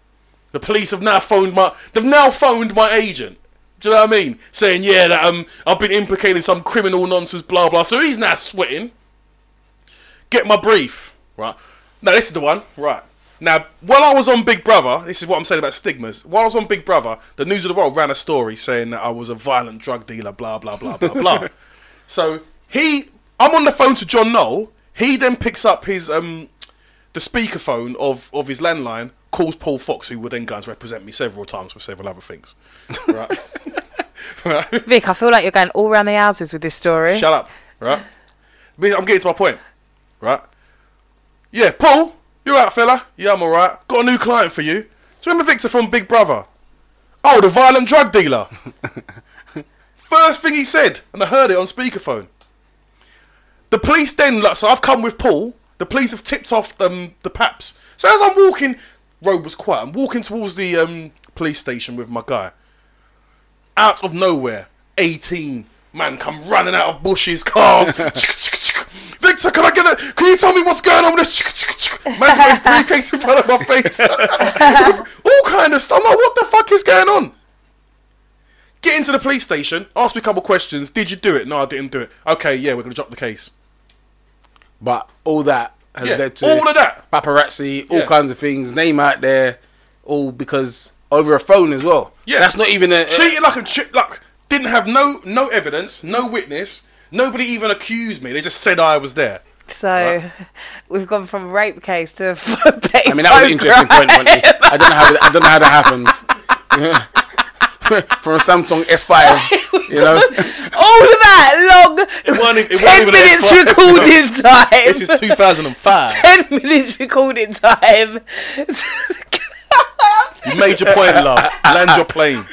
The police have now phoned my. They've now phoned my agent. Do you know what I mean? Saying yeah, that um, I've been implicated in some criminal nonsense, blah blah. So he's now sweating. Get my brief, right? Now this is the one, right? Now, while I was on Big Brother, this is what I'm saying about stigmas. While I was on Big Brother, the News of the World ran a story saying that I was a violent drug dealer, blah blah blah blah blah. So he, I'm on the phone to John Knoll. He then picks up his um, the speakerphone of of his landline, calls Paul Fox, who would then go and represent me several times with several other things. Right? right?
Vic, I feel like you're going all round the houses with this story.
Shut up, right? I mean, I'm getting to my point, right? Yeah, Paul, you out, fella? Yeah, I'm alright. Got a new client for you. Do you remember Victor from Big Brother? Oh, the violent drug dealer. First thing he said, and I heard it on speakerphone. The police then, like, so I've come with Paul. The police have tipped off um, the paps. So as I'm walking, road was quiet. I'm walking towards the um, police station with my guy out of nowhere, 18 man come running out of bushes, cars. Victor, can I get a? Can you tell me what's going on with this? Man's got his briefcase in front of my face. All kind of stuff. I'm like, what the fuck is going on? Get into the police station. Ask me a couple questions. Did you do it? No, I didn't do it. Okay, yeah, we're gonna drop the case.
But all that has
Yeah,
led to
all of that.
paparazzi, all
Yeah.
kinds of things, name out there, all because over a phone as well.
Yeah.
that's not even a.
Treated like a chi- like didn't have no no evidence, no witness. Nobody even accused me. They just said I was there.
So we've gone from a rape case to a I
I mean, that
Oh,
was an interesting point. wasn't it? I don't know how I don't know how that happened. From a Samsung S5, you know.
All of that long
wasn't even- it
10
wasn't even an
minutes
S5,
recording time.
This is 2005.
10 minutes recording time.
You made your point, love. Land your plane.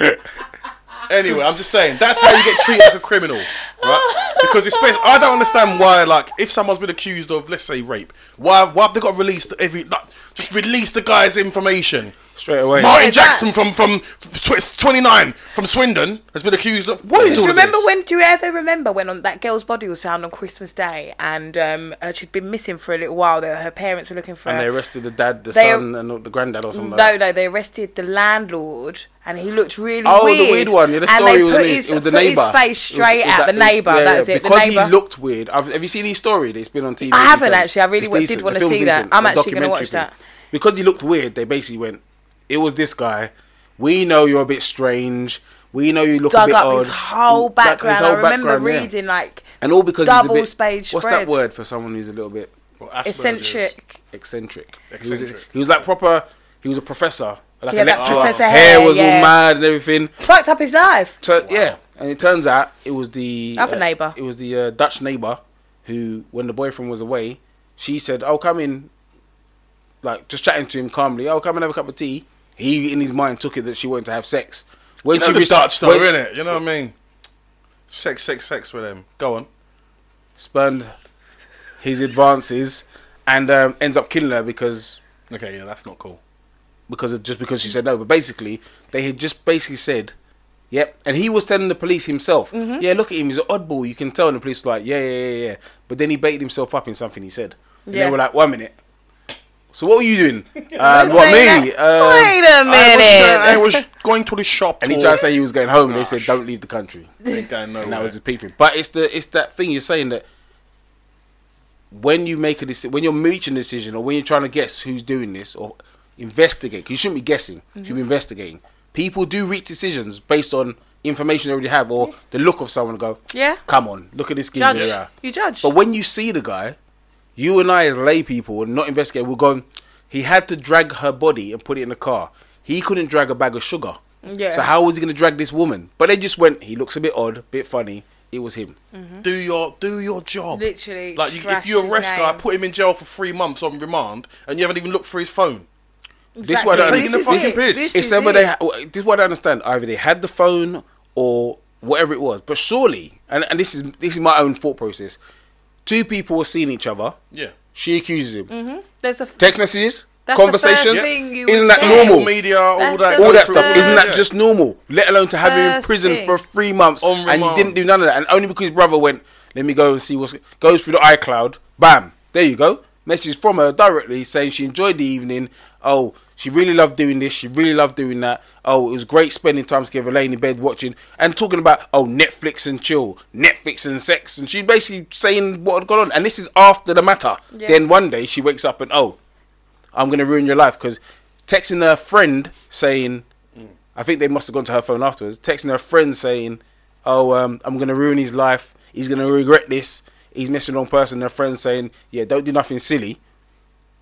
Anyway, I'm just saying that's how you get treated like a criminal, right? Because especially, I don't understand why, like, if someone's been accused of, let's say, rape, why why have they got released every like, just release the guy's information
Straight away.
Martin
Yeah, that-
Jackson from from tw- 29 from Swindon has been accused of what is all of
remember
this?
when? Do you ever remember when on, that girl's body was found on Christmas Day, and um, uh, she'd been missing for a little while. Though her parents were looking for
And
her.
they arrested the dad, the
They-
son, and the granddad or something. like
No, no, they arrested the landlord, and he looked really
Oh,
weird.
the weird one. Yeah, the
and
story
they
was,
put
the-
his,
it was the
put his
neighbor.
face straight
It was- it was that-
at the neighbor.
yeah,
That's
yeah,
it.
Because
the neighbor.
he looked weird. I've, have you seen his story? That's been on TV.
I haven't
recently?
actually. I really
It's
wa- did
decent.
wanna
The film's
see that.
decent.
I'm
The
actually gonna watch
documentary
that.
thing. Because he looked weird, they basically went, "It was this guy. We know you're a bit strange. We know you look a
dug
bit
up
odd."
his whole
Like, his
background.
whole
I remember
background, yeah.
reading like
and all because
double
he's a bit,
page
What's
spread.
that word for someone who's a little bit
Well, Asperger's.
eccentric.
eccentric? He was,
Eccentric.
he was like proper. He was a professor. Like
Yeah,
a
that
lecturer.
professor
hair
hair,
was
yeah.
all mad and everything.
Fucked up his life.
So yeah, and it turns out it was the
Other
uh,
neighbour.
It was the uh, Dutch neighbor who, when the boyfriend was away, she said, "I'll come in," like just chatting to him calmly. "I'll come and have a cup of tea." He, in his mind, took it that she wanted to have sex. When
You know
she
the
res-
Dutch though,
when-
innit? You know what I mean? Sex, sex, sex with them. Go on.
spurned his advances and um, ends up killing her because
Okay, yeah, that's not cool.
because of, just because she said no. But basically, they had just basically said, "Yep." And he was telling the police himself, "Yeah, look at him. He's an oddball. You can tell." And the police were like, "Yeah, yeah, yeah, yeah." But then he baited himself up in something he said. And
Yeah.
They were like, "One minute." So what were you doing? uh,
Don't
what
say
me?
that.
Uh,
Wait a
I
minute.
was, uh, I was going to the shop.
and he
to-
tried to say he was going home. and they said,
Gosh.
"Don't leave the country."
Ain't going
And that
nowhere.
was the peak thing. But it's the it's that thing you're saying that when you make a decision, when you're making a decision, or when you're trying to guess who's doing this, or investigate, 'cause you shouldn't be guessing. You should be
Mm-hmm.
investigating. People do reach decisions based on information they already have, or the look of someone. and Go,
Yeah.
come on, look at this geezer.
Judge.
here."
You judge.
But when you see the guy, you and I as lay people and not investigate, we're going. He had to drag her body and put it in a car. He couldn't drag a bag of sugar.
Yeah.
So how was he going to drag this woman? But they just went. He looks a bit odd, bit funny. It was him.
Do your do your job.
Literally
Like you, if
trashed
you
his
arrest guy,
name.
put him in jail for three months on remand, and you haven't even looked for his phone.
This is what I don't
Exactly.
understand.
Taking the fucking piss.
it. This
It's
is
either
it.
they. Ha- w- this is what I understand. Either they had the phone or whatever it was. But surely, and, and this is this is my own thought process. Two people were seeing each other.
Yeah.
She accuses him.
There's a
Text messages,
Mm-hmm. That's the
conversations.
first thing you
Isn't
would
that
say.
normal?
Social media, all that,
That's the
all
go
that
through
stuff
all
isn't that
Yeah.
just normal? Let alone to have him in
First
prison
thing.
for three months
On
and he
remand.
didn't do none of that, and only because his brother went, "Let me go and see what's goes through the iCloud." Bam, there you go. Message from her directly saying she enjoyed the evening. Oh, she really loved doing this. She really loved doing that. Oh, it was great spending time together, laying in bed watching and talking about oh Netflix and chill, Netflix and sex, and she's basically saying what had gone on. And this is after the matter.
Yeah.
Then one day she wakes up and oh, I'm gonna ruin your life because texting her friend saying, I think they must have gone to her phone afterwards. Texting her friend saying, "Oh, um, I'm gonna ruin his life. He's gonna regret this. He's messing the wrong person." Her friend saying, "Yeah, don't do nothing silly.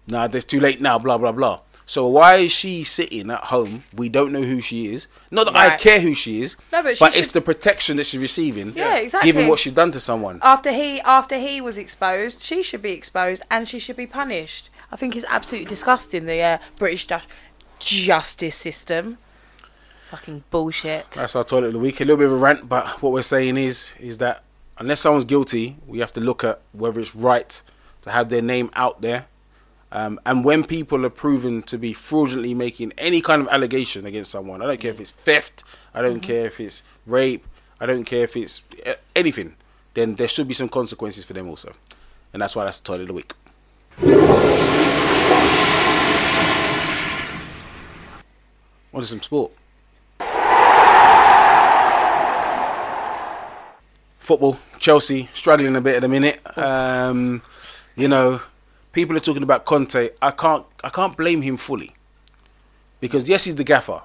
Nah, it's too late now. Blah blah blah." So why is she sitting at home? We don't know who she is. Not that I
Right.
care who she is,
No, but she
it's
should-
the protection that she's receiving.
Yeah, exactly.
Given what she's done to someone.
after he after he was exposed, she should be exposed and she should be punished. I think it's absolutely disgusting the uh, British ju- justice system. Fucking bullshit.
That's our toilet of the week. A little bit of a rant, but what we're saying is is that unless someone's guilty, we have to look at whether it's right to have their name out there. Um, and when people are proven to be fraudulently making any kind of allegation against someone, I don't care if it's theft, I don't care if it's rape, I don't care if it's uh, anything, then there should be some consequences for them also. And that's why that's the toilet of the week. On to some sport. football, Chelsea struggling a bit at the minute. Um, you know, people are talking about Conte. I can't I can't blame him fully because yes, he's the gaffer,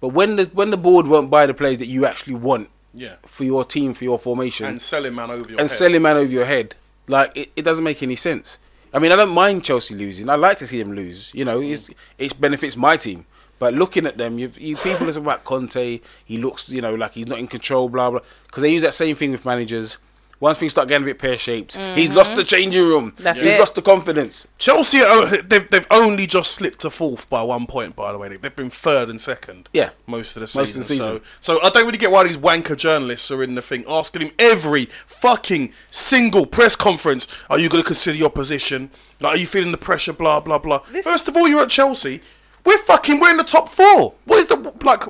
but when the when the board won't buy the players that you actually want
Yeah.
for your team for your formation
And selling man over your
and
head.
selling man over your head. Like it, it doesn't make any sense. I mean, I don't mind Chelsea losing. I like to see them lose. You know, it's, it benefits my team. But looking at them, you, you people are talking about Conte. He looks, you know, like he's not in control. Blah blah. Because they use that same thing with managers. Once things start getting a bit pear shaped, he's lost the changing room.
That's
he's
it.
lost the confidence.
Chelsea, are- they've, they've only just slipped to fourth by one point, by the way. They've been third and second.
Yeah.
Most of the season.
Most of the season.
So, so I don't really get why these wanker journalists are in the thing asking him every fucking single press conference, are you going to consider your position? Like, are you feeling the pressure? Blah, blah, blah.
This-
First of all, you're at Chelsea. We're fucking, we're in the top four. What is the, like,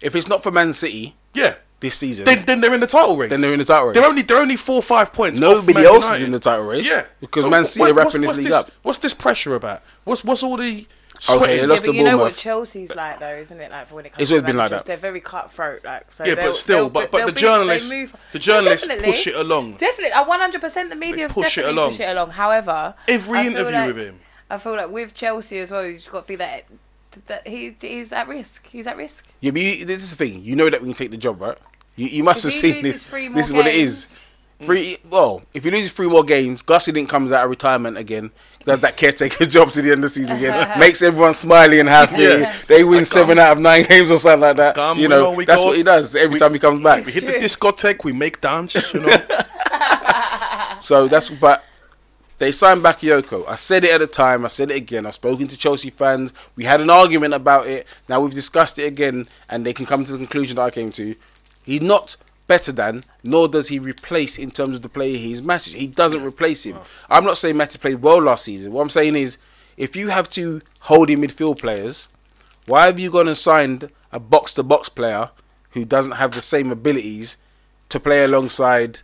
If it's not for Man City
yeah.
this season,
Then, then they're in the title race.
Then they're in the title race.
They're only, they're only four or five points. off
Nobody
Man
else is
United.
in the title race.
Yeah.
Because Man City are wrapping this league
this,
up.
What's this pressure about? What's what's all the sweating?
they
Yeah,
lost
but
to
you know
Bournemouth.
what Chelsea's like, though, isn't it? Like for when it comes
It's
to
always been like
managers,
that.
They're very cutthroat, like. So
Yeah, but
they'll-
still,
they'll-
but- but
they'll
the
be-
journalists-
they move-
the journalists
Definitely.
push it along.
Definitely, I one hundred percent the media
push it
push it
along.
along. Push it along. However,
Every
I feel
interview
like-
with him.
I feel like with Chelsea as well, you just got to be that. That he he's at risk. He's at risk.
Yeah, but you, this is the thing. You know that we can take the job, right? You, you must have
If he
seen
loses
this.
three more
This is what it is. Three. Well, if he loses three more games, Gussie didn't comes out of retirement again. Does that caretaker job to the end of the season again? Makes everyone smiley and happy.
Yeah.
They win
Like,
seven
um,
out of nine games or something like that.
um,
you
we
know,
know we
that's
got-
what he does every
we-
time he comes back.
We hit the
Sure.
discotheque, we make dance, you know.
So that's but they signed Bakayoko. I said it at the time. I said it again. I've spoken to Chelsea fans. We had an argument about it. Now we've discussed it again, and they can come to the conclusion that I came to. He's not better than, nor does he replace in terms of the player he's matched. He doesn't replace him. I'm not saying Matic played well last season. What I'm saying is, if you have two holding midfield players, why have you gone and signed a box to box player who doesn't have the same abilities to play alongside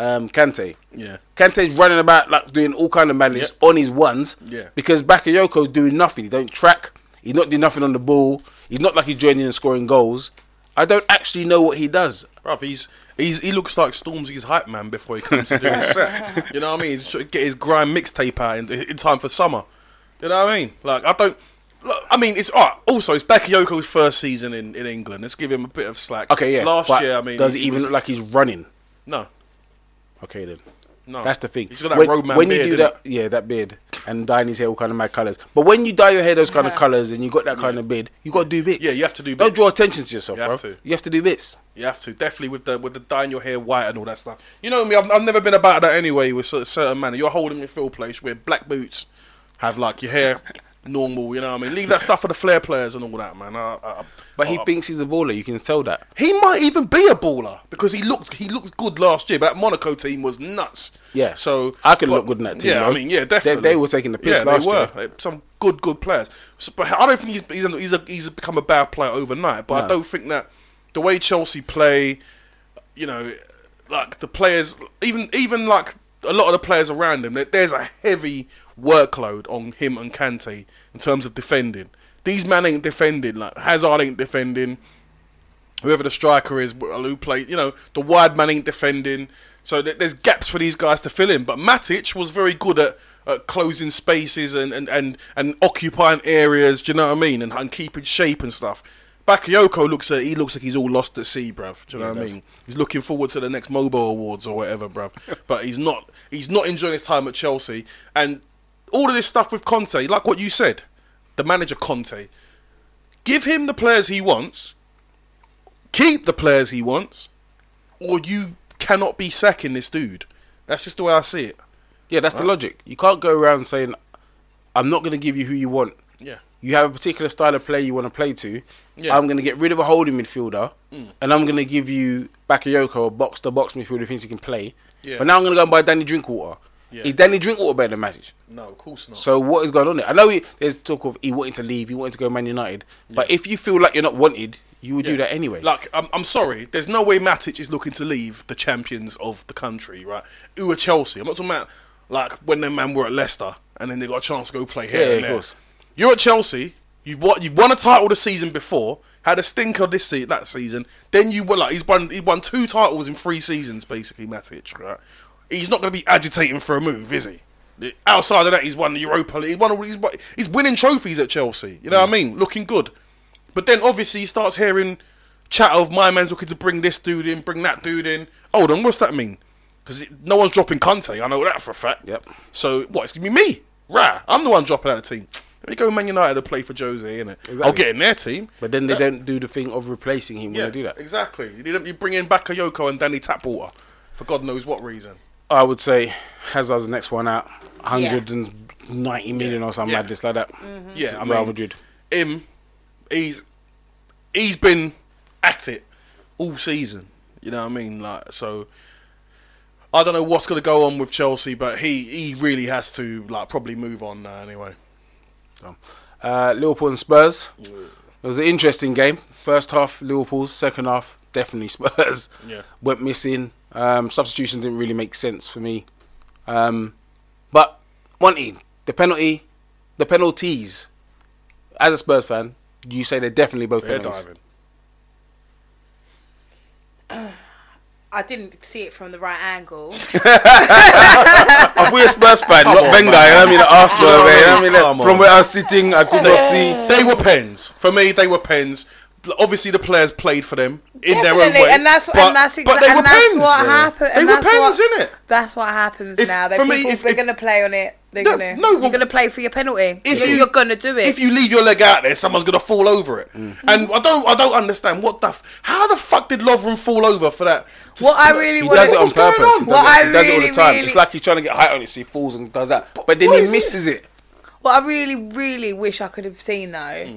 um, Kante?
Yeah.
Kante's running about like doing all kind of madness on his ones.
Yeah.
Because Bakayoko's doing nothing. He don't track. He's not doing nothing on the ball. He's not like he's joining and scoring goals. I don't actually know what he does.
Bruv, he's, he's he looks like Stormzy's hype man before he comes to do his set. You know what I mean? He should get his grime mixtape out in, in time for summer. You know what I mean? Like I don't. Look, I mean, it's all right. also it's Bakayoko's first season in, in England. Let's give him a bit of slack.
Okay, yeah.
Last
but
year, I mean,
does he, even
was-
look like he's running?
no?
Okay then.
No.
That's the thing.
He's got that
when,
roadman
when
beard,
you do
innit?
that, yeah, that beard. and dyeing his hair all kind of mad colours. But when you dye your hair those kind of colours and you got that kind of beard, you got to do bits.
Yeah, you have to do
Don't
bits.
draw attention to yourself,
You
bro.
have to.
You have to do bits.
You have to definitely with the with the dyeing your hair white and all that stuff. You know me, I've, I've never been about that anyway. With cer- certain manner, you're holding your field place where black boots have like your hair normal. You know what I mean? Leave that stuff for the flair players and all that, man. I, I,
But
I-
he thinks he's a baller. You can tell that.
He might even be a baller because he looked he looked good last year. But that Monaco team was nuts.
Yeah.
So
I could
but-
look good in that team,
Yeah,
though.
I mean, yeah,
They-
definitely.
they were taking the piss
Yeah,
last
they
year.
were. Like, Some good, good players. So, but I don't think he's he's a, he's, a, he's become a bad player overnight. But I
No.
don't think that the way Chelsea play, you know, like the players, even even like a lot of the players around him, there- there's a heavy workload on him and Kante in terms of defending. These men ain't defending. Like Hazard ain't defending whoever the striker is, who play, you know, the wide man ain't defending. So th- there's gaps for these guys to fill in. But Matic was very good at, at closing spaces and, and, and, and occupying areas, do you know what I mean? And, and keeping shape and stuff. Bakayoko looks at he looks like he's all lost at sea, bruv. Do you know what I mean? He's looking forward to the next Mobile Awards or whatever, bruv. but he's not he's not enjoying his time at Chelsea. And all of this stuff with Conte, like what you said, the manager Conte. Give him the players he wants, keep the players he wants, or you cannot be sacking this dude. That's just the way I see it.
Yeah, that's the logic. You can't go around saying, "I'm not going to give you who you want."
Yeah.
You have a particular style of play you want to play to.
Yeah. Mm.
I'm going to get rid of a holding midfielder, and I'm going to give you Bakayoko, a box to box midfielder who thinks he can play.
Yeah.
But now I'm going to go and buy Danny Drinkwater.
Yeah.
Is Danny Drinkwater better than Matic?
No, of course not.
So what is going on there? I know he, there's talk of he wanting to leave, he wanting to go Man United. But if you feel like you're not wanted, you would do that anyway.
Like, I'm, I'm sorry, there's no way Matic is looking to leave the champions of the country, right? Who are Chelsea? I'm not talking about like when their man were at Leicester and then they got a chance to go play here.
Yeah,
and
of
there.
course.
You're at Chelsea. You've won, you've won a title the season before. Had a stinker this se- that season. Then you were like he's won he won two titles in three seasons basically. Matic, right? He's not going to be agitating for a move, is he? Outside of that, he's won the Europa League. He won all these. He's winning trophies at Chelsea. You know what I mean? Looking good. But then obviously he starts hearing chat of my man's looking to bring this dude in, bring that dude in. Hold on, what's that mean? Because no one's dropping Conte. I know that for a fact.
Yep.
So what? It's gonna be me. Right. I'm the one dropping out of the team. Let me go Man United to play for Jose, innit? I'll get in their team.
but then they don't do the thing of replacing him when they do that.
Exactly. You didn't. You bring in Bakayoko and Danny Tapwater for God knows what reason.
I would say Hazard's the next one out, 190 million or something
Yeah. Mm-hmm.
madness like that.
Yeah,
To
I
Real
mean,
Madrid.
Him, he's he's been at it all season. You know what I mean? Like so. I don't know what's going to go on with Chelsea, but he, he really has to like probably move on now anyway.
So, uh, Liverpool and Spurs. It was an interesting game. First half, Liverpool's. Second half, definitely Spurs.
Yeah.
Went missing. Um, substitution didn't really make sense for me. Um, but Monty, the penalty, the penalties. As a Spurs fan, you say they're definitely both
They're
penalties.
diving.
I didn't see it from the right angle.
If we're a Spurs fan, not
on,
Wenger. I
man.
mean, at Arsenal.
Come
man, I
on,
mean,
come
from
on.
where I was sitting, I could not see.
They were pens for me. They were pens. Obviously, the players played for them in their own
Definitely,
way,
and that's- and
but,
that's
but they
exa-
were
and that's
pens.
what happened-
They
and
were
that's
pens,
what-
in it.
That's what happens
If-
now. That
for
people,
me, if-
they're
if-
gonna play on it. They're
No,
gonna.
no,
you're
well-
gonna play for your penalty.
If
If
you-
you, are gonna do it.
If you leave your leg out there, someone's gonna fall over it. And I don't, I don't understand what the. F- how the fuck did Lovren fall over for that? To
What I
split-
really
He
What
does
is-
it on
what's going
purpose.
on?
He does,
What
it.
I
He does it all the
really,
time.
really-
It's like he's trying to get height on it, so he falls and does that. But, then
what
he
is it?
misses it.
what I really, really wish I could have seen though.
Hmm.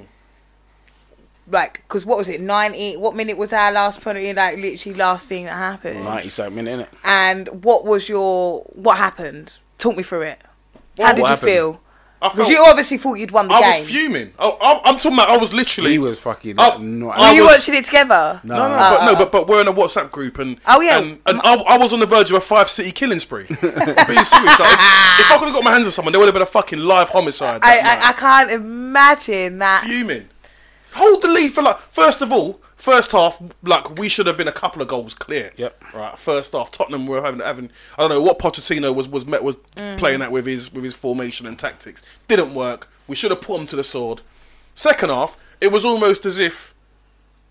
Like, because what was it? Ninety. What minute was our last penalty? Like, literally, last thing that happened.
90 something minute, innit?
And what was your? What happened? Talk me through it. How
Well,
did
what
you
happened?
feel?
I
Because
felt-
you obviously thought you'd won the
I
game.
was fuming. Oh, I'm, I'm talking about. I was literally.
He was fucking
Oh,
not.
I
Were you
was-
watching it together?
No, no,
Uh,
but, no, but but we're in a WhatsApp group and
Oh, yeah.
and, and I, I was on the verge of a five city killing spree. Being serious, like, if, if I could have got my hands on someone, there would have been a fucking live homicide.
I,
that night.
I, I can't imagine that.
fuming. Hold the lead for like first of all, first half like we should have been a couple of goals clear.
Yep.
Right, first half Tottenham were having having I don't know what Pochettino was was met was playing that with his with his formation and tactics didn't work. We should have put him to the sword. Second half, it was almost as if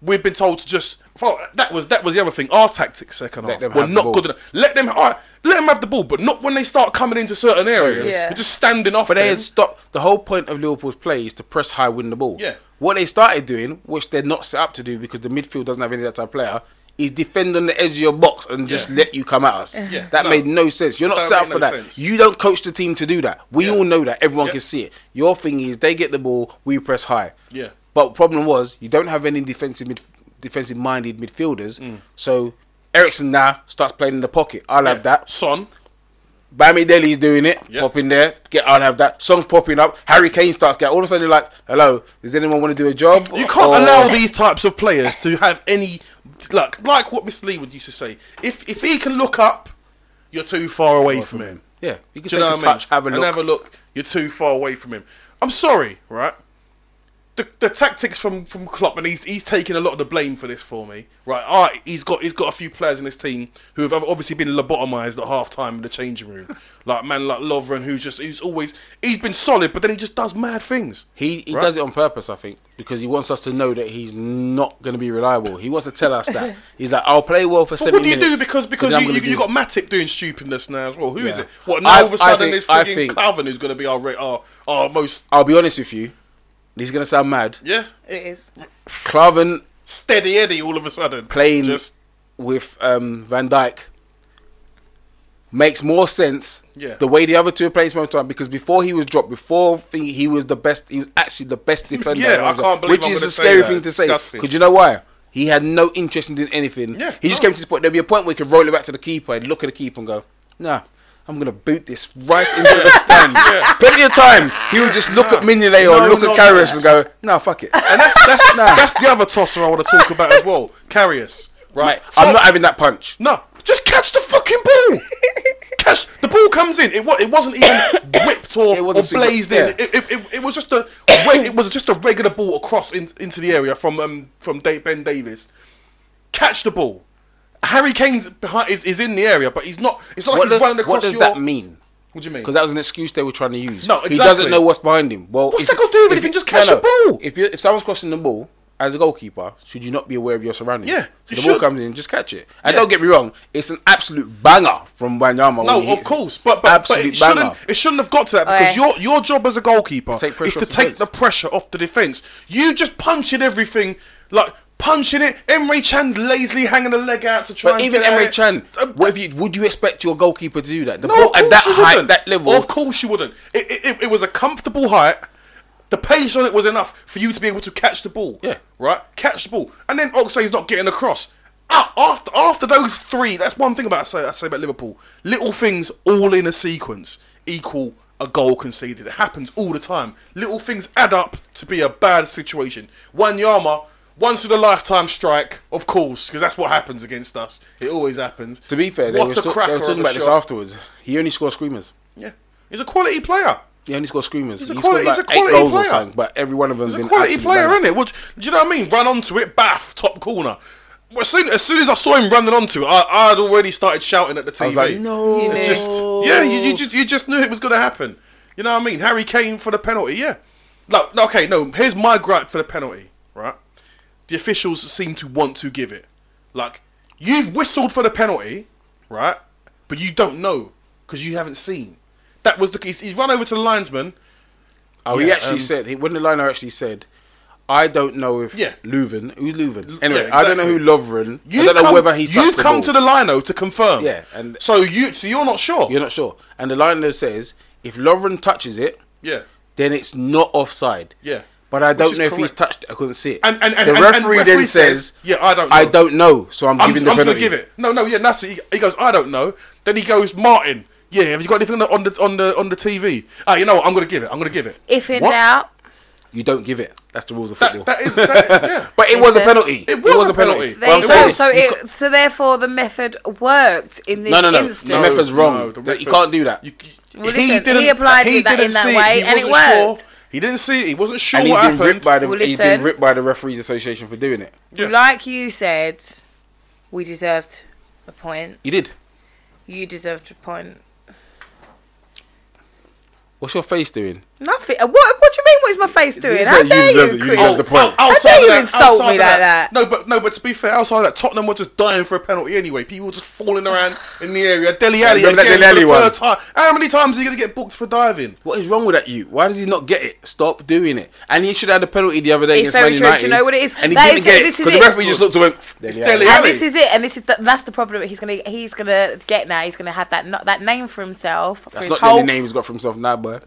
we'd been told to just. well, That was that was the other thing. Our tactics second half
them
were
have the
not
ball.
good enough. Let them. all right, Let them have the ball, but not when they start coming into certain areas.
Yeah.
We're just standing off.
But they
them.
had stopped. The whole point of Liverpool's play is to press high, win the ball.
Yeah.
What they started doing, which they're not set up to do because the midfield doesn't have any of that type of player, is defend on the edge of your box and just
Yeah.
let you come at us.
Yeah,
That
no.
made no sense. You're not
That
set up
made
for
no
that.
sense.
You don't coach the team to do that. We
Yeah.
all know that. Everyone
Yeah.
can see it. Your thing is they get the ball, we press high.
Yeah.
But problem was you don't have any defensive mid, defensive minded midfielders.
Mm.
So Ericsson now starts playing in the pocket. I'll
Yeah.
have that.
Son.
Bami Deli's doing it,
Yeah.
pop in there, get I'll have that. Songs popping up, Harry Kane starts getting all of a sudden you're like, Hello, does anyone want to do a job?
You can't
Or-
allow these types of players to have any like like what Miss Lee would used to say. If if he can look up, you're too far away from him.
Yeah. You can
Do
take
you know
a
what I mean?
touch, have a
and
look.
have a look. You're too far away from him. I'm sorry, right? The, the tactics from from Klopp and he's he's taking a lot of the blame for this for me, right? All right, he's got he's got a few players in his team who have obviously been lobotomized at half time in the changing room, like man like Lovren who just who's always he's been solid, but then he just does mad things.
He he
Right.
does it on purpose, I think, because he wants us to know that he's not gonna be reliable. He wants to tell us that. He's like, I'll play well for
But
seven
what do
minutes.
you do because because
and then
you,
I'm
you,
gonna
you
do-
got Matic doing stupidness now as well? Who is
Yeah.
it? What now all of a
I- I
sudden
think-
there's
I
freaking
think-
Calvin who's going to be our ra- our our most
I'll be honest with you, this is gonna sound mad.
yeah
It is.
Clavin
steady Eddie all of a sudden
playing
just
with um, Van Dyke makes more sense
Yeah.
the way the other two are playing small time because before he was dropped, before thing, he was the best. He was actually the best defender.
Yeah,
in the
I
league,
can't believe
which
I'm
is
gonna
a
say
scary
that.
thing to say.
Disgusting.
Because you know why? He had no interest in doing anything.
Yeah,
he just
no.
came to this point. There'd be a point where he could roll it back to the keeper and look at the keeper and go, "Nah." I'm gonna boot this right into the stand. Plenty of time, he would just look at Mignolet or
No,
look
not
at Carrius
that.
and go, "No, fuck it."
and that's that's
Nah.
that's the other tosser I want to talk about as well. Carrius, right?
Mate, I'm not having that punch.
No, just catch the fucking ball. catch the ball comes in. It was it wasn't even whipped or,
It
or
wasn't single-
blazed in.
yeah.
It, it, it, it was just a re- it was just a regular ball across in, into the area from um from Da- Ben Davis. Catch the ball. Harry Kane's behind is, is in the area, but he's not. It's not like
What
he's
does,
running
what
across
does
your.
that mean?
What do you mean?
Because that was an excuse they were trying to use.
No,
He
exactly.
doesn't know what's behind him. Well,
What's
if-
that got to do with it if he just catch the ball?
If you if someone's crossing the ball as a goalkeeper, should you not be aware of your surroundings?
Yeah,
so the
you
ball
should.
comes in, just catch it. And
Yeah.
don't get me wrong, it's an absolute banger from Wanyama. when he
No,
hits
of
it.
course, but but, but it
absolute banger.
shouldn't it shouldn't have got to that because
Oh, yeah.
your your job as a goalkeeper
Take pressure
is to
off the
take
defence.
the pressure off the defense. You just punching everything like punching it. Emre Chan's lazily hanging a leg out to try.
But
and
even
get at
Emre
it.
Chan,
Uh,
what if you would you expect your goalkeeper to do that? The
no,
ball
of
at that
course you
height,
wouldn't.
that level.
Of course you wouldn't. It, it, it, it was a comfortable height. The pace on it was enough for you to be able to catch the ball.
Yeah.
Right? Catch the ball. And then Oxley's not getting across. Ah, After after those three, that's one thing about I say, I say about Liverpool. Little things all in a sequence equal a goal conceded. It happens all the time. Little things add up to be a bad situation. Wanyama, once in a lifetime strike, of course, because that's what happens against us. It always happens.
to be fair, they
What
were,
a
still- they
cracker
were
of
talking
a
about this
shot.
afterwards. He only scores screamers.
Yeah, he's a quality player.
He only scores screamers.
a
He
quali-
scored
he's
like
a
eight
quality
goals or
player.
something, but every one of them's
He's
been
a quality
absolute
player,
banger.
isn't it? What, do you know what I mean? Ran onto it, bath, top corner. Well, as, soon, as soon as I saw him running onto it, I, I'd already started shouting at the TV.
I was like, no,
You
It's just yeah, you, you just you just knew it was going to happen. You know what I mean? Harry Kane for the penalty, yeah. Like, no, okay, no. Here's my gripe for the penalty, right? The officials seem to want to give it. Like, you've whistled for the penalty, right? But you don't know because you haven't seen. That was the he's, he's run over to the linesman.
Oh, he
Yeah,
actually
um,
said he, when the liner actually said, "I don't know if
Yeah.
Leuven, who's Leuven? Anyway,
yeah,
I don't know who
exactly.
Lovren. I
You've
don't know
come,
whether he's
you've come to
the.
the lino to confirm.
Yeah, and-
so you so you're not sure.
You're not sure, and the liner says if Lovren touches it,
yeah,
then it's not offside.
Yeah.
but I
Which
don't
is
know if he's
correct.
touched. it. I couldn't see it.
And- and- and-
the
and- and
referee
referee
then says,
says, "Yeah, I don't
I
know."
don't know, so I'm,
I'm,
giving
just,
the
I'm just
penalty."
gonna give it. No, no, yeah, and that's it. He, he goes, I don't know. Then he goes, Martin. Yeah, have you got anything on the on the on the TV? Ah, you know, what? I'm gonna give it. I'm gonna give it.
If in
What?
doubt,
You don't give it. That's the rules of football.
that, that is. That, yeah.
but it was a
It
penalty.
was a penalty.
there
But I'm
you
saying
go.
this,
So,
you
it, so therefore, the method worked in this
No, no, no.
instance.
The method's wrong.
the
That- you can't do that.
You- you-
Well, listen, he applied it that- in that
see
way
He
and it
wasn't sure.
worked.
He didn't see it. He wasn't sure
and he's
what
been ripped
happened.
by the
Well,
he's been
listen.
ripped by the referees association for doing it.
Yeah.
Like you said, we deserved a point.
You did.
You deserved a point.
What's your face doing?
Nothing. uh, What? What What do you mean? What is my face doing?
These
How
are- you
dare
deserve
you,
it. You
Chris?
deserve That's the point.
Well, outside
How
of
dare you
that,
insult
outside
me
of
like that?
No, but no, but to be fair, outside of that, Tottenham were just dying for a penalty anyway. People were just falling around in the area. Deli Alley again
remember that Dele
for
Alli
the
one?
third time. How many times are you gonna get booked for diving?
What is wrong with that? You? Why does he not get it? Stop doing it. And he should have had a penalty the other day
It's
against Man
very true. Do you
United.
know what it is?
And he
That
didn't
is-
get it
this is
because the
it.
referee just looked at him. It's
Dele
And
Really?
this is it, and this is the, that's the problem. He's gonna he's gonna get now. He's gonna have that no- that name for himself for
That's
his
not the only
whole
name he's got for himself now, boy.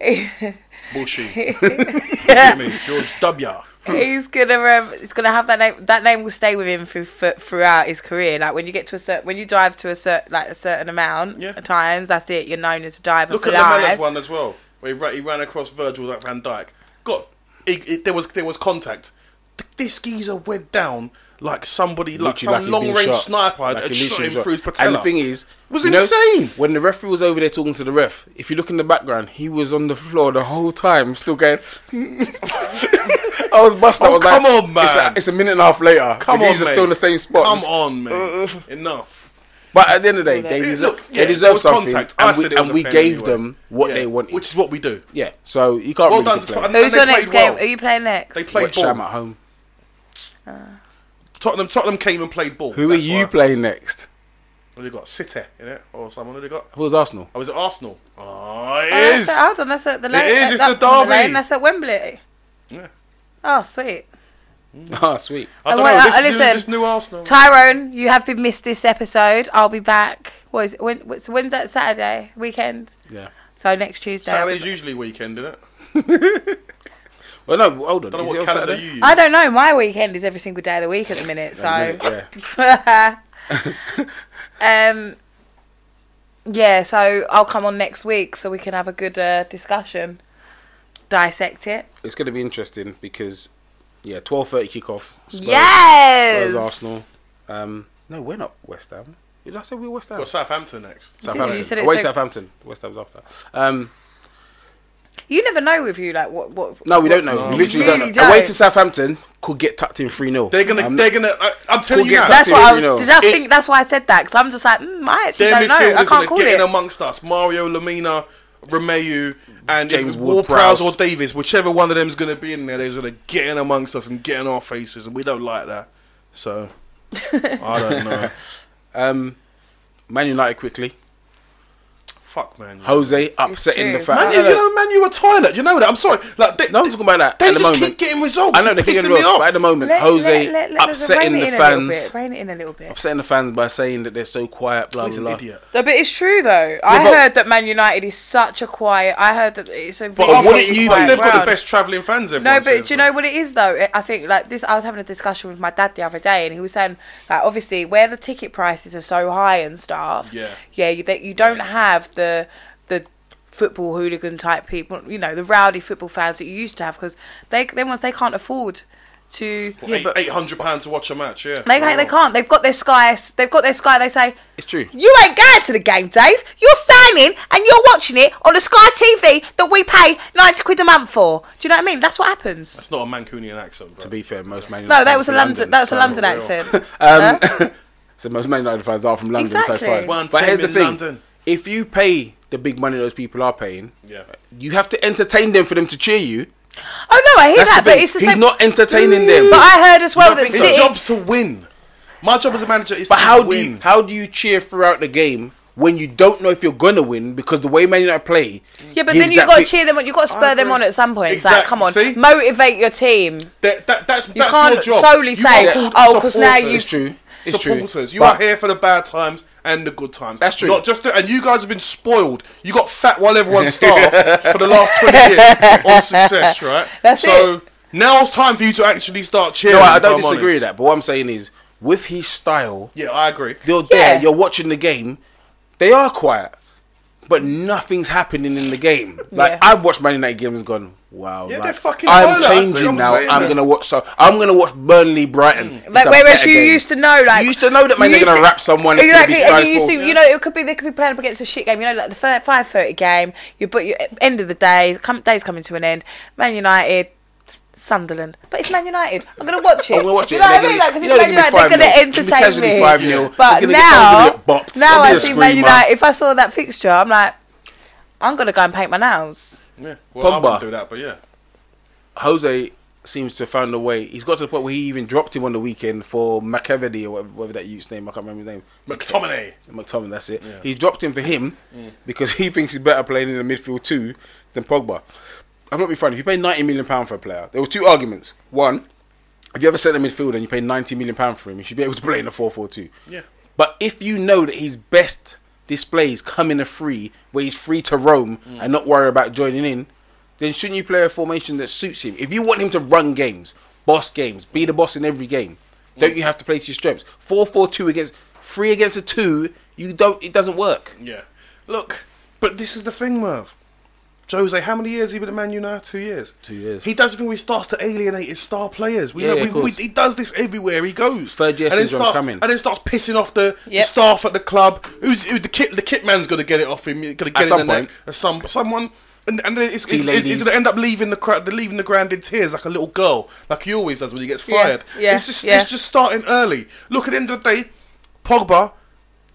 Bullshit. Look at me, George W.
he's gonna um, he's gonna have that name that name will stay with him through for, throughout his career like when you get to a certain when you dive to a certain like a certain amount
Yeah.
of times that's it you're known as a diver
Look
for
at the Mellis
life.
one as well, where he ran, he ran across Virgil like Van Dyke. Got it, it, there was there was contact. Th- This geezer went down like somebody like
Literally
some
he'd
long
been
range
shot.
sniper had-
Like
had
he
shot
literally
him
shot.
through his patella.
And the thing is,
was
you know,
insane.
when the referee was over there talking to the ref, if you look in the background, he was on the floor the whole time, still going. I was busted. I
Oh,
was
come
like,
on, man.
It's a, it's a minute and a half later.
Come
the
on,
geezer's
mate.
still in the same spot.
Come on, man. Enough.
But at the end of the day, they
It-
deserve,
look, yeah,
they
there
deserve
was
something,
contact. I
and
said
we,
it was
and
a
we
pen
gave
anyway.
them what
Yeah,
they wanted.
which is what we do.
yeah, so you can't
Well
really
done to
complain.
Tottenham.
who's
And they
your next
played
game
well.
who you playing next
They played
West Ham
ball.
at home.
Tottenham, Tottenham came and played ball.
Who
That's
are you
why.
playing next?
What have they got? City, innit? Or someone? Who they got?
Who's Arsenal?
Oh, is it Arsenal? Oh,
Oh,
it
that's
is.
at- hold on that's at the lane
is,
that-
it's
that's
the
not
derby.
lane, that's at Wembley
Yeah.
oh sweet
Ah, sweet.
I don't
And wait,
know. This,
uh,
new,
listen.
this new Arsenal.
Tyrone you have been missed this episode I'll be back what is it when, what's- when's that Saturday weekend
Yeah.
so next Tuesday I'll be
Saturday's usually weekend, isn't it?
Well, no, hold on.
Don't know
Is it
what
on
calendar
Saturday?
you use.
I don't know. My weekend is every single day of the week at the minute, so
Yeah.
um, yeah. So I'll come on next week so we can have a good uh, discussion, dissect it.
It's going to be interesting because, yeah, twelve thirty kickoff. Spurs,
yes.
Spurs Arsenal. Um, no, we're not West Ham. Did I say we were West Ham?
Got Southampton next.
Southampton.
You said it
Away
so-
Southampton. West Ham's after. Um,
You never know with you, like what what.
no, we don't know.
what-
we
you
literally
really
don't know. Away to Southampton could get tucked in three Um, 0
They're gonna. they're gonna. I, I'm telling
We'll
you
get
now.
to
That's what I was.
You know,
did I
it-
think that's why I said that? Because I'm just like, mm, I actually
Their
don't know. I
midfielders
can't
are
call
getting
it.
amongst us. Mario Lamina, Romeu, and
James
James
Ward-Prowse.
Ward-Prowse or Davis, whichever one of them's going to be in there, they're going to get in amongst us and get in our faces, and we don't like that. So I don't know.
Um, Man United quickly.
Fuck man. you.
Jose upsetting the
true.
fact.
Man, you, you know, man, you a toilet. You know that. I'm sorry. Like, they,
No one's talking about that
They
at the
just
moment.
keep getting results.
I know they're
it's
kicking
pissing me
rocks,
off.
but at the moment,
Let-
Jose
let- let- let us
upsetting
rein
the
it in a little
fans,
bit, Rein it in a little bit.
upsetting the fans by saying that they're so quiet. Blah
He's an
blah. blah.
idiot.
No, But it's true though. I
but-
heard that Man United is such a quiet. I heard that it's a.
But
really
wouldn't
after-
you
but
be-
quiet
They've got
crowd.
the best travelling fans.
No,
everyone
but
says,
do you know what it is though? It- I think like this. I was having a discussion with my dad the other day, and he was saying like obviously where the ticket prices are so high and stuff.
Yeah.
Yeah, you, that you don't have the the football hooligan type people. You know the rowdy football fans that you used to have because they they once they can't afford to.
Well, eight- eight hundred pounds to watch a match. Yeah, Oh.
They, they can't. They've got their sky. They've got their sky. They say
It's true.
you ain't going to the game, Dave. You're standing and you're watching it on the Sky TV that we pay ninety quid a month for. Do you know what I mean? That's what happens.
It's not a Mancunian accent. Bro.
To be fair, most Man United
No, that
fans
was a
from
London. That's a
so-
London
real.
accent.
Um,
Huh?
so most Man United fans are from London, so
Exactly.
it's fine.
One
but
team
here's the
in
thing:
London.
if you pay the big money those people are paying,
Yeah.
you have to entertain them for them to cheer you.
oh no, I hear
That's
that,
the
but
thing.
it's the
He's
same.
not entertaining them.
But I heard as well that
It's
City.
job's to win. My job as a manager is
But
to
how do
win.
you how do you cheer throughout the game when you don't know if you're gonna win because the way Man United play?
Yeah, but
gives
then you
that
got to
big-
cheer them on. You got to
I
spur them
agree.
on at some point. It's Like,
Exactly.
come on,
See?
motivate your team.
That, that, that's
You
that's your
can't
job.
solely
You
say,
are called
"Oh, 'cause now
supporters.
you-
It's true. It's true.
supporters. You
But-
are here for the bad times and the good times.
That's true.
Not just the, and you guys have been spoiled. You got fat while everyone's starved for the last twenty years on success, right?
That's
so now it's time for you to actually start cheering.
No, I
if
don't
I'm
disagree with
honest.
that. But what I'm saying is, with his style,
Yeah, I agree.
you're
Yeah.
there, you're watching the game. They are quiet, but nothing's happening in the game. Like
Yeah.
I've watched Man United games and gone, wow.
Yeah,
like,
they're fucking
I'm
toilet, that's what
changing
I'm
now.
saying,
I'm
man.
gonna watch. So I'm gonna watch Burnley Brighton. It's
Mm. Like
a
whereas
better
you
game.
used to know, like
You used to know that, man,
you
they're gonna
used to-
wrap someone, it's gonna be
Exactly, and you
stylish
used to,
ball.
you know, it could be they could be playing up against a shit game. You know, like the five five thirty game. You but you end of the day, come day's coming to an end. Man United. S- Sunderland, but it's Man United. I'm gonna watch it.
I'm gonna Oh, watch
you
it.
know what I
They're
mean?
gonna-
Like, 'cause
you know
it's Man
they're
United.
gonna be
They're gonna
5-0. It's gonna be
entertain
casually
me.
5-0.
But
It's gonna get someone's
now,
gonna get bopped.
now
It'll be
I
a
see Man
screamer.
United. If I saw that fixture, I'm like, I'm gonna go and paint my nails.
Yeah. Well, I
Pogba.
wouldn't do that, but yeah.
Jose seems to have found a way. He's got to the point where he even dropped him on the weekend for McEvedy or whatever, whatever that youth's name. I can't remember his name.
McTominay.
McTominay, that's it.
Yeah.
He dropped him for him because he thinks he's better playing in the midfield too than Pogba. I'm not being funny. If you pay 90 million pound for a player, there were two arguments. One, if you ever set a midfielder and you pay 90 million pound for him, you should be able to play in a 4-4-2.
Yeah.
But if you know that his best displays come in a free, where he's free to roam
Mm.
and not worry about joining in, then shouldn't you play a formation that suits him? If you want him to run games, boss games, be the boss in every game,
Mm.
don't you have to play to your strengths? 4-4-2 against three against a two, you don't. It doesn't work.
Yeah. Look, but this is the thing, Merv. Jose, how many years he been at Man U now? Two years.
Two years.
He does the thing where he starts to alienate his star players. We
Yeah,
know,
yeah,
we,
of
we,
course.
he does this everywhere he goes.
Third year
and then
syndrome's
starts,
coming.
And then starts pissing off the, the
Yep.
staff at the club. Who's who, the kit? The kit man's going to get it off him. Going to get it
some
in the neck.
point.
Uh, Some someone. And, and then it's, it's, it's,
ladies.
going to end up leaving the crowd, leaving the ground in tears like a little girl, like he always does when he gets fired.
yeah,
It's just,
yeah.
it's just starting early. Look, at the end of the day, Pogba,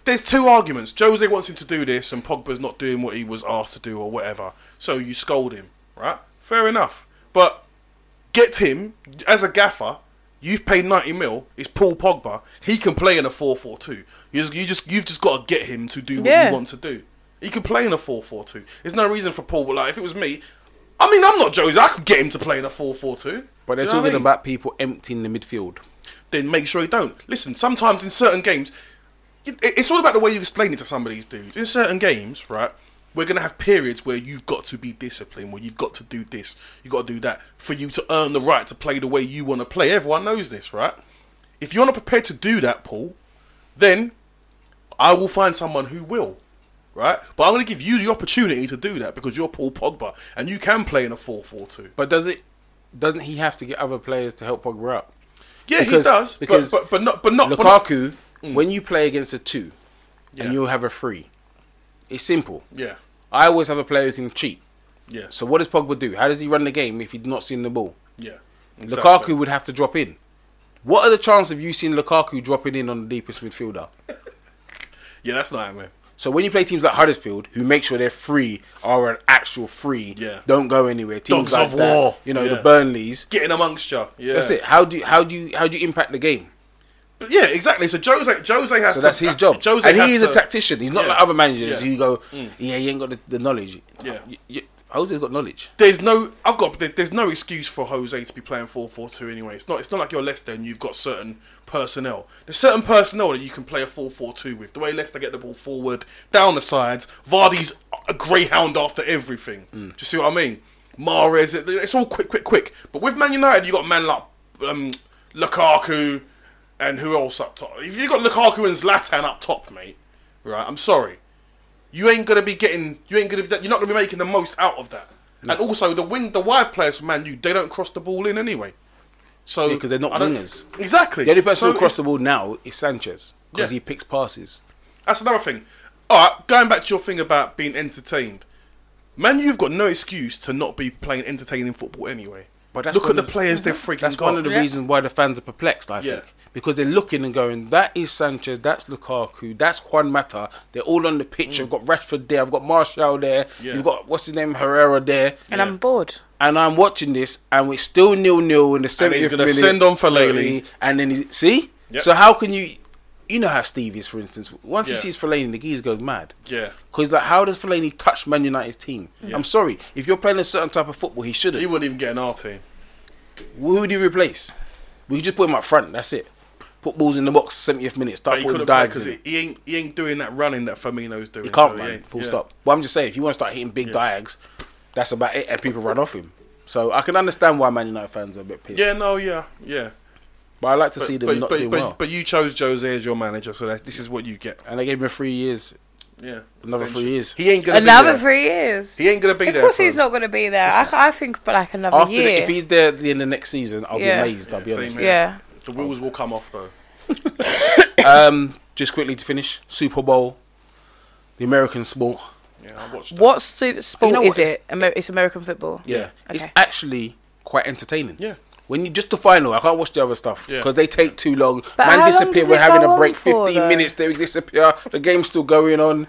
there's two arguments. Jose wants him to do this, and Pogba's not doing what he was asked to do or whatever. So you scold him, right? Fair enough. But get him as a gaffer. You've paid 90 mil. It's Paul Pogba. He can play in a 4-4-2. You just, you just, you've just got to get him to do what
Yeah.
you want to do. He can play in a 4-4-2. There's no reason for Paul. Like if it was me, I mean, I'm not Jose. I could get him to play in a 4-4-2.
But they're
Do you know what I
talking
mean?
about people emptying the midfield.
then make sure you don't. Listen, sometimes in certain games, it, it- it's all about the way you explain it to some of these dudes. In certain games, right, we're going to have periods where you've got to be disciplined, where you've got to do this, you've got to do that, for you to earn the right to play the way you want to play. Everyone knows this, right? If you're not prepared to do that, Paul, then I will find someone who will. Right? But I'm going to give you the opportunity to do that because you're Paul Pogba and you can play in a 4 4 2.
But does it? Doesn't he have to get other players to help Pogba out?
Yeah,
Because-
he does.
because
but, but, but not. But not but not- Mm.
Lukaku, when you play against a two,
Yeah.
and you'll have a three, it's simple.
yeah.
I always have a player who can cheat.
Yeah.
So what does Pogba do? How does he run the game if he's not seeing the ball?
Yeah.
Lukaku would have to drop in. What are the chances of you seeing Lukaku dropping in on the deepest midfielder?
Yeah, that's not happening.
So when you play teams like Huddersfield, who make sure they're free are an actual free,
Yeah.
don't go anywhere. Teams
Dogs
like
of
that,
war.
you know,
Yeah.
the Burnleys.
Getting amongst you. Yeah.
That's it. How do you, how do you how do you impact the game?
But yeah, exactly. So Jose, Jose has
So
to.
that's his job.
Jose
and
has
he is
to,
a tactician. He's not
Yeah.
like other managers
Yeah. Mm.
who go, yeah, he ain't got the, the knowledge.
Yeah.
Y- y- Jose's got knowledge.
There's no, I've got. there- There's no excuse for Jose to be playing 4-4-2 anyway. It's not. It's not like you're Leicester and you've got certain personnel. There's certain personnel that you can play a 4-4-2 with. The way Leicester get the ball forward, down the sides. Vardy's a greyhound after everything. Do you see what I mean? Mares, it, it's all quick, quick, quick. But with Man United, you got men like um, Lukaku, and who else up top? If you got Lukaku and Zlatan up top, mate, right? I'm sorry you ain't gonna be getting you ain't gonna be you're not gonna be making the most out of that. And also the wing the wide players for Man U they don't cross the ball in anyway. So
Yeah, 'cause they're not
I don't-
wingers.
Exactly.
The only person
So
who crossed
it's-
the ball now is Sanchez because
Yeah.
he picks passes.
That's another thing. All right, going back to your thing about being entertained. Man, you've got no excuse to not be playing entertaining football anyway.
But that's
look at
one
the
of-
players they've freaking
That's
got.
one of the
Yeah.
reasons why the fans are perplexed, I
Yeah.
think. Because they're looking and going, that is Sanchez, that's Lukaku, that's Juan Mata. They're all on the pitch. I've got Rashford there, I've got Martial there,
Mm. Yeah.
you've got, what's his name, Herrera there.
And I'm bored.
And I'm watching this, and we're still nil nil in the 70th
he's gonna
minute.
send on Fellaini.
And then, he, see?
Yep.
So, how can you. You know how Steve is, for instance. Once
Yeah.
he sees Fellaini, the geezer goes mad.
Yeah.
Because, like, how does Fellaini touch Man United's team? I'm sorry. If you're playing a certain type of football, he shouldn't.
He wouldn't even get an R team.
Who do you replace? We just put him up front. That's it. Put balls in the box. Seventieth minute.
But
Start
he
putting
couldn't play
dives
because
in.
he, he ain't he ain't doing that running that Firmino's doing.
He can't
so
run.
ain't-
full
yeah.
stop. But I'm just saying, if you want to start hitting big diags, that's about it, and people run off him. So I can understand why Man United fans are a bit pissed.
Yeah, no, yeah, yeah.
But I like to see them
but,
not
but,
doing
but,
well.
but you chose Jose as your manager, so that, this is what you get.
and they gave him three years.
Yeah,
Another three years.
He ain't gonna
Another
be there.
three years.
He ain't gonna be
of
there
course,
for
he's
him.
not going to be there. I, I think, but like another
After the-
year.
if he's there at the end of next season, I'll
Oh, Yeah.
be amazed. I'll be
Yeah, same
honest.
here.
yeah.
The wheels will come off though.
Um, just quickly to finish, Super Bowl, the American sport.
Yeah, I watched. That.
What su- sport
You know
is
what, it's-
it? Amer- it's American football.
Yeah, it's
Okay.
actually quite entertaining.
Yeah.
When you just the final, I can't watch the other stuff
Yeah.
because they take too long.
But how
Man
long
disappear.
does
We're
it
having
go
a
on
break.
for,
Fifteen
though?
minutes. They disappear. The game's still going on.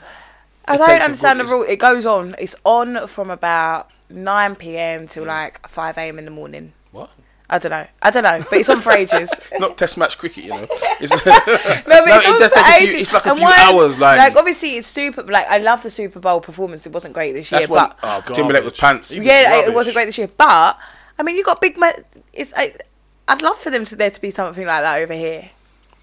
I
It
don't
takes a
understand the
good-
rule. It goes on. It's on from about 9 p.m. till like 5 a.m. in the morning.
What?
I don't know. I don't know, but it's on for ages.
Not test match cricket, you know. It's-
No, but
No,
it's
it
on
does
for
take a few-
ages.
it's like a
And
few
why-
hours, like-
obviously it's super. Like I love the Super Bowl performance. It wasn't great this year,
that's what
but
oh, Timberlake was pants.
He was
yeah, it- it
rubbish.
wasn't great this year. But I mean, you got big. Ma- it's I, I'd love for them to there to be something like that over here.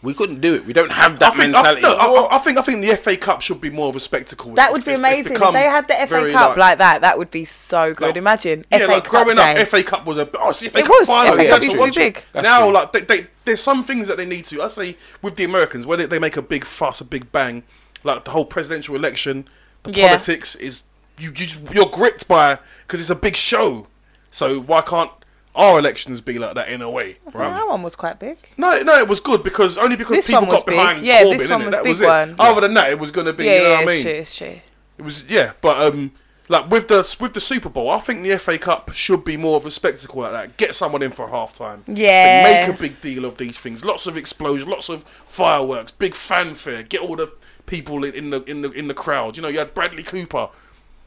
We couldn't do it. We don't have
I
that
think, I,
mentality.
no, I, I think I think the FA Cup should be more of a spectacle.
That would be
It's- it's
amazing if
become
they had the FA
very,
Cup like, that. That would be so good.
Like-
Imagine
Yeah,
FA
like
Cup
growing
day.
up, FA Cup was a oh, it's the FA
It
Cup
was,
final.
FA
you
Cup
had
used
to
to
watch
be
it.
big.
That's
Now,
true.
like they, they, there's some things that they need to. I say with the Americans, where they, they make a big fuss, a big bang, like the whole presidential election, the
Yeah.
politics is you, you just, you're gripped by because it's a big show. So why can't our elections be like that in a way, right?
that one was quite big.
No, no, it was good because only because
This
people
one was
got behind
big. Yeah,
Corbyn.
this
innit?
one was
that
big
was it.
one.
Other than that, it was going to be.
Yeah,
you know
yeah,
what I
it's
mean?
true, it's true.
It was yeah, but um, like with the with the Super Bowl, I think the FA Cup should be more of a spectacle like that. Get someone in for half time.
Yeah.
make a big deal of these things. Lots of explosions, lots of fireworks, big fanfare. Get all the people in, in the in the in the crowd. You know, you had Bradley Cooper.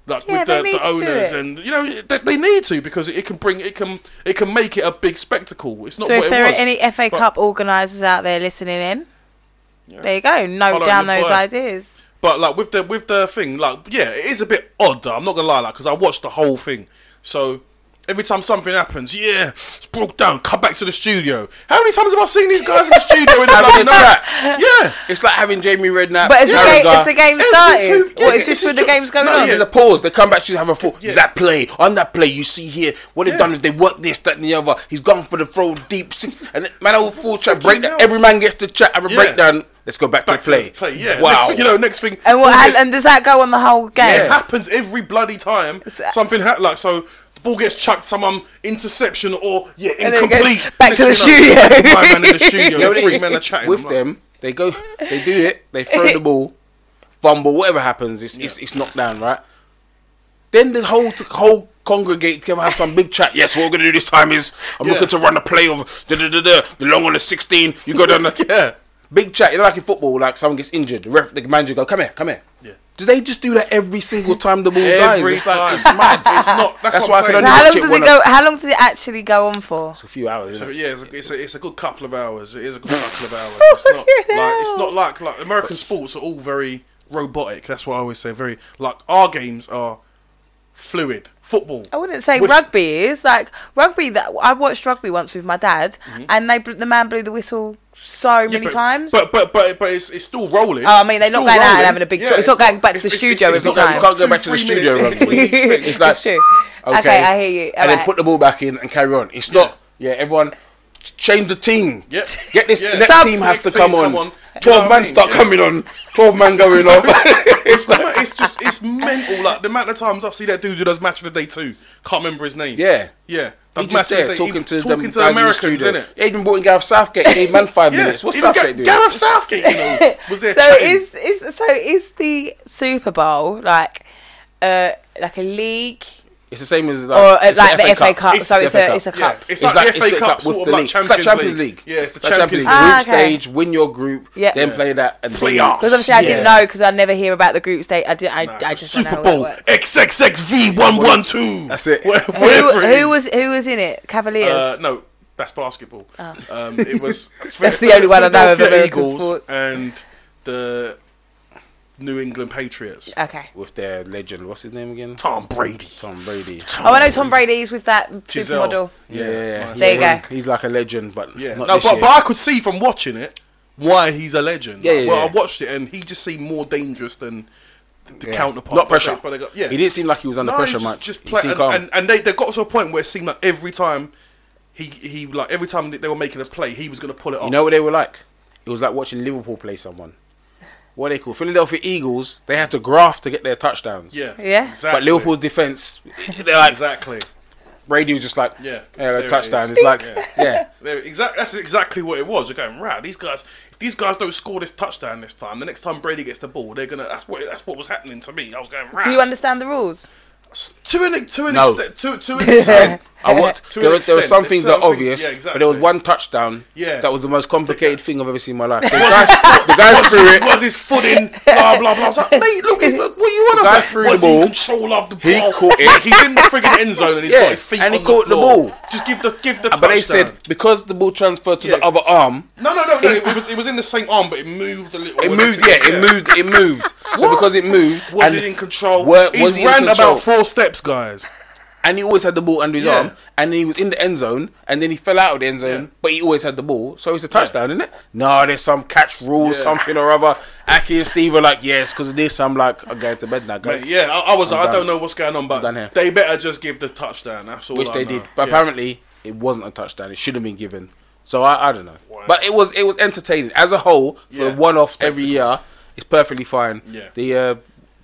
Like
Yeah,
with
they
the,
need
the
to do
owners
it.
and you know they, they need to because it can bring it can it can make it a big spectacle. It's not
So
what
if
it
there
was,
are any FA
but-
Cup organisers out there listening in, there you go. Note
Follow
down
your
those
boy.
ideas.
But like with the with the thing, like yeah, it is a bit odd. Though, I'm not gonna lie, like because I watched the whole thing, so every time something happens, yeah, it's broke down. Come back to the studio. How many times have I seen these guys in the studio in the bloody
Having a
night?
chat.
Yeah.
It's like having Jamie Redknapp.
But it's,
Carragher.
the, game, it's the game
Every
started.
two-
What
yeah,
is this
it's
with the
ju-
games going
no,
No,
on?
yeah.
there's a pause. They come back to you have a thought.
Yeah.
That play on that play, you see here what they've
Yeah.
done is they work this, that, and the other. He's gone for the throw deep six, and man, I will full chat break
hell.
that. Every man gets to chat. Have a
Yeah.
breakdown. Letlet's go back,
Back
to the play.
Yeah.
Wow.
Next- you know, next thing.
And what?
ball
And,
gets-
and does that go on the whole game?
It happens every bloody time.
uh,
Something ha- like so. The ball gets chucked, someone interception or yeah,
And then it goes
incomplete.
back to the
Next thing you know,
studio.
five men in the studio,
You know what it
three
is?
men are chatting.
with
I'm like,
them. They go, they do it. They throw the ball, fumble, whatever happens. It's it's, it's knocked down, right? Then the whole whole congregate can have some big chat. Yes, what we're gonna do this time is I'm
Yeah.
looking to run a play of da da da da. The long on the 16. You go down the
yeah,
big chat. You know, like in football, like someone gets injured, the ref, the manager go, come here, come here.
Yeah.
Do they just do that every single time the ball dies?
every
It's
time.
like it's mad.
It's not. That's,
That's
what
why
I'm
I can
saying.
So how long
watch it
does
when
it go? How long does it actually go on for?
It's a few hours.
So
Isn't it?
yeah, it's a, it's, a, it's a good couple of hours. It is a good couple of hours. It's not like it's not like like American sports are all very robotic. That's what I always say. Very like our games are fluid. Football.
I wouldn't say
Which-
rugby is like rugby. That I watched rugby once with my dad, and they bl- the man blew the whistle so
Mm-hmm. yeah,
many
but-
times.
But but but but it's, it's still rolling.
Oh, I mean, they're
It's
not
still
going out and
rolling.
having a big talk. It's not going back to the studio
it's
every
not-
time.
it's
You
not
can't go
two,
back to the
three
studio.
minutes
Rugby.
into each thing.
it's like
It's true. Okay, I hear you.
and
Alright.
then put the ball back in and carry on. It's not. Yeah, everyone ch- change the team.
Yep.
Get this.
Yeah.
The next
Sub.
team has
Next
to come
team,
on.
come on. You know
Twelve
what I
man
mean?
start
Yeah.
coming on. Twelve man going off.
it's, ma- it's just it's mental. Like the amount of times I see that dude who does match of the day too. Can't remember his name.
Yeah.
yeah.
He's
Does
just
Match of the
there
Day.
talking to
He-
them
talking to
guys in the
Americans,
studio.
innit?
He even brought in Gareth Southgate. Gave man five minutes. What's
Even
Southgate doing?
Ga- Gareth Southgate, you know, was there.
so
chatting.
is is so is the Super Bowl like uh like a league
It's the same as
or uh,
it's
like the FA, Cup?
It's
So
the
it's
FA
a
Cup.
it's a
Yeah,
cup.
it's, like, the FA Cup,
with
sort
the
of like
league. It's
Champions,
like Champions League.
Yeah, it's the
Like
Champions, League.
Ah,
Group
okay.
stage, win your group,
Yeah.
then
Yeah.
play that and then-
Playoffs.
Because obviously I didn't
Yeah.
know because I never hear about the group stage. I didn't. I,
Nah,
I
it's a
just
Super
don't know how
Bowl
that works.
XXXV one one two.
That's it.
Where,
Who,
wherever it
who
is.
was who was in it? Cavaliers.
Uh, no, that's basketball. Um, it was.
Oh. That's the only one I know of
Philadelphia
American
Eagles
sports.
and the New England Patriots.
Okay.
with their legend. What's his name again?
Tom Brady.
Tom Brady.
Oh, I know Tom Brady's with that
Giselle.
supermodel.
Yeah,
nice.
There you
Yeah.
go.
He's like a legend, but
Yeah,
not
no,
this
but,
year.
but I could see from watching it why he's a legend.
Yeah, yeah,
well,
yeah.
I watched it and he just seemed more dangerous than the, the
Yeah.
counterpart.
Not
But they-
pressure.
but they got- yeah,
He didn't seem like he was under
No,
pressure
just,
much.
Just
He
play,
seemed
and,
calm.
and, and they, they got to a point where it seemed like every time he he like every time they were making a play, he was going to pull it off.
You know what they were like? It was like watching Liverpool play someone. What are they called? Philadelphia Eagles. They had to graft to get their touchdowns.
yeah,
Yeah.
exactly.
But Liverpool's defense, they're like
exactly.
Brady was just like,
Yeah,
yeah,
there it
touchdown.
is.
It's like,
Yeah.
yeah.
Exactly. That's exactly what it was. You're going right. These guys. If these guys don't score this touchdown this time, the next time Brady gets the ball, they're gonna. That's what. That's what was happening to me. I was going right.
Do you understand the rules?
S- To an to an
No.
extent, to, to an extent.
I want,
To an
there, were- there were
extent,
some
there's
things that
certain
are obvious,
yeah,
but there was
exactly.
one touchdown
Yeah.
that was the most complicated thing I've ever seen in my life. The guy, the guy threw it.
was his foot in, blah blah blah. I was like, mate, look, it- what you want
The guy
about?
threw
was
the
he in
ball.
control of the ball?
He caught it.
He's in the friggin' end zone and he's
Yeah,
got his feet
and he
on
caught
the
the
floor.
ball. Ah,
Just give the give the.
But they said
touchdown.
because the ball transferred to the
Yeah.
other arm,
no, no, no, no. It, was it was in the same arm, but it moved a little.
it
wasn't
moved. Yeah, it moved. It moved. So
What?
because it moved,
Was
and,
it in control?
Were-
he's
was he in
ran
control?
about four steps, guys.
and he always had the ball under his
Yeah.
arm, and then he was in the end zone, and then he fell out of the end zone,
Yeah.
but he always had the ball, so it's a touchdown, isn't it? No, there's some catch rule,
Yeah.
something or other. Aki and Steve are like, yes, because of this. I'm like, I'm going to bed now, guys.
But yeah, I, I was. like, I
done.
don't know what's going on,
done here.
but they better just give the touchdown. That's all.
which
I
they
know.
did. But
Yeah.
apparently, it wasn't a touchdown. It should have been given. So I, I don't know.
Wow.
But it was it was entertaining as a whole for
Yeah.
one-offs every year. It's perfectly fine.
Yeah.
The uh,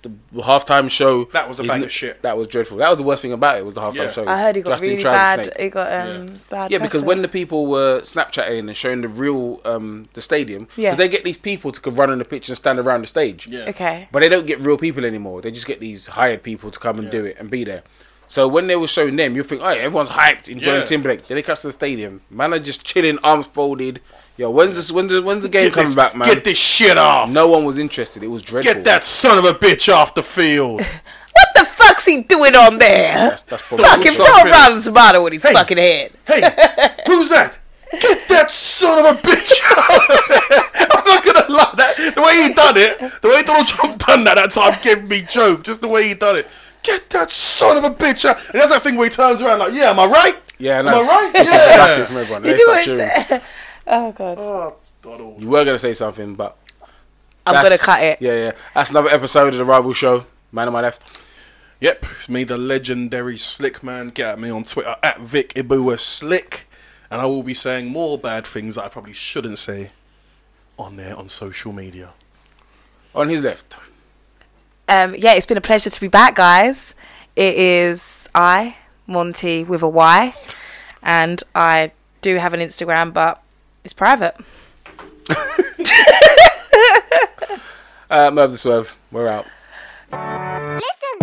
the halftime show
That was a
is
bag
n-
of shit.
That was dreadful. That was the worst thing about it was the halftime
Yeah.
show.
I heard he got
Justin
really
Trouser
bad.
Snake.
He got um bad.
Yeah, because
pressure.
when the people were Snapchatting and showing the real um, the stadium, 'cause
Yeah.
they get these people to come run on the pitch and stand around the stage.
Yeah.
okay,
But they don't get real people anymore. They just get these hired people to come and
Yeah.
do it and be there. So when they were showing them, you think, oh, everyone's hyped, enjoying
Yeah.
Timberlake. Then they catch the stadium. Man are just chilling, arms folded. Yo, when's this? When's the, when's the game
Get
coming
this,
back, man?
Get this shit off.
No one was interested. It was dreadful.
Get that son of a bitch off the field.
what the fuck's he doing on there?
That's, that's probably
Fucking
Stop
Phil
it.
Robinson bottle with his fucking head.
hey, who's that? Get that son of a bitch out. I'm not gonna lie, that the way he done it, the way Donald Trump done that that time gave me joke. Just the way he done it. Get that son of a bitch out. And that's that thing where he turns around like, yeah, am I right?
Yeah, I
am
know.
I right?
Exactly
Yeah.
from everyone.
You
They
do
start
what he
cheering.
said. Oh god,
Oh, Donald.
You were gonna say something, but
I'm gonna
that's-
cut it.
Yeah, yeah. That's another episode of the Rival Show. Man on my left.
Yep, it's me, the legendary Slick Man. Get at me on Twitter at Vic Ibua Slick, and I will be saying more bad things that I probably shouldn't say on there on social media.
On his left.
Um, yeah, it's been a pleasure to be back, guys. It is I, Monty, with a Y, and I do have an Instagram, but it's private.
Uh, Merv the Swerve. We're out.
Listen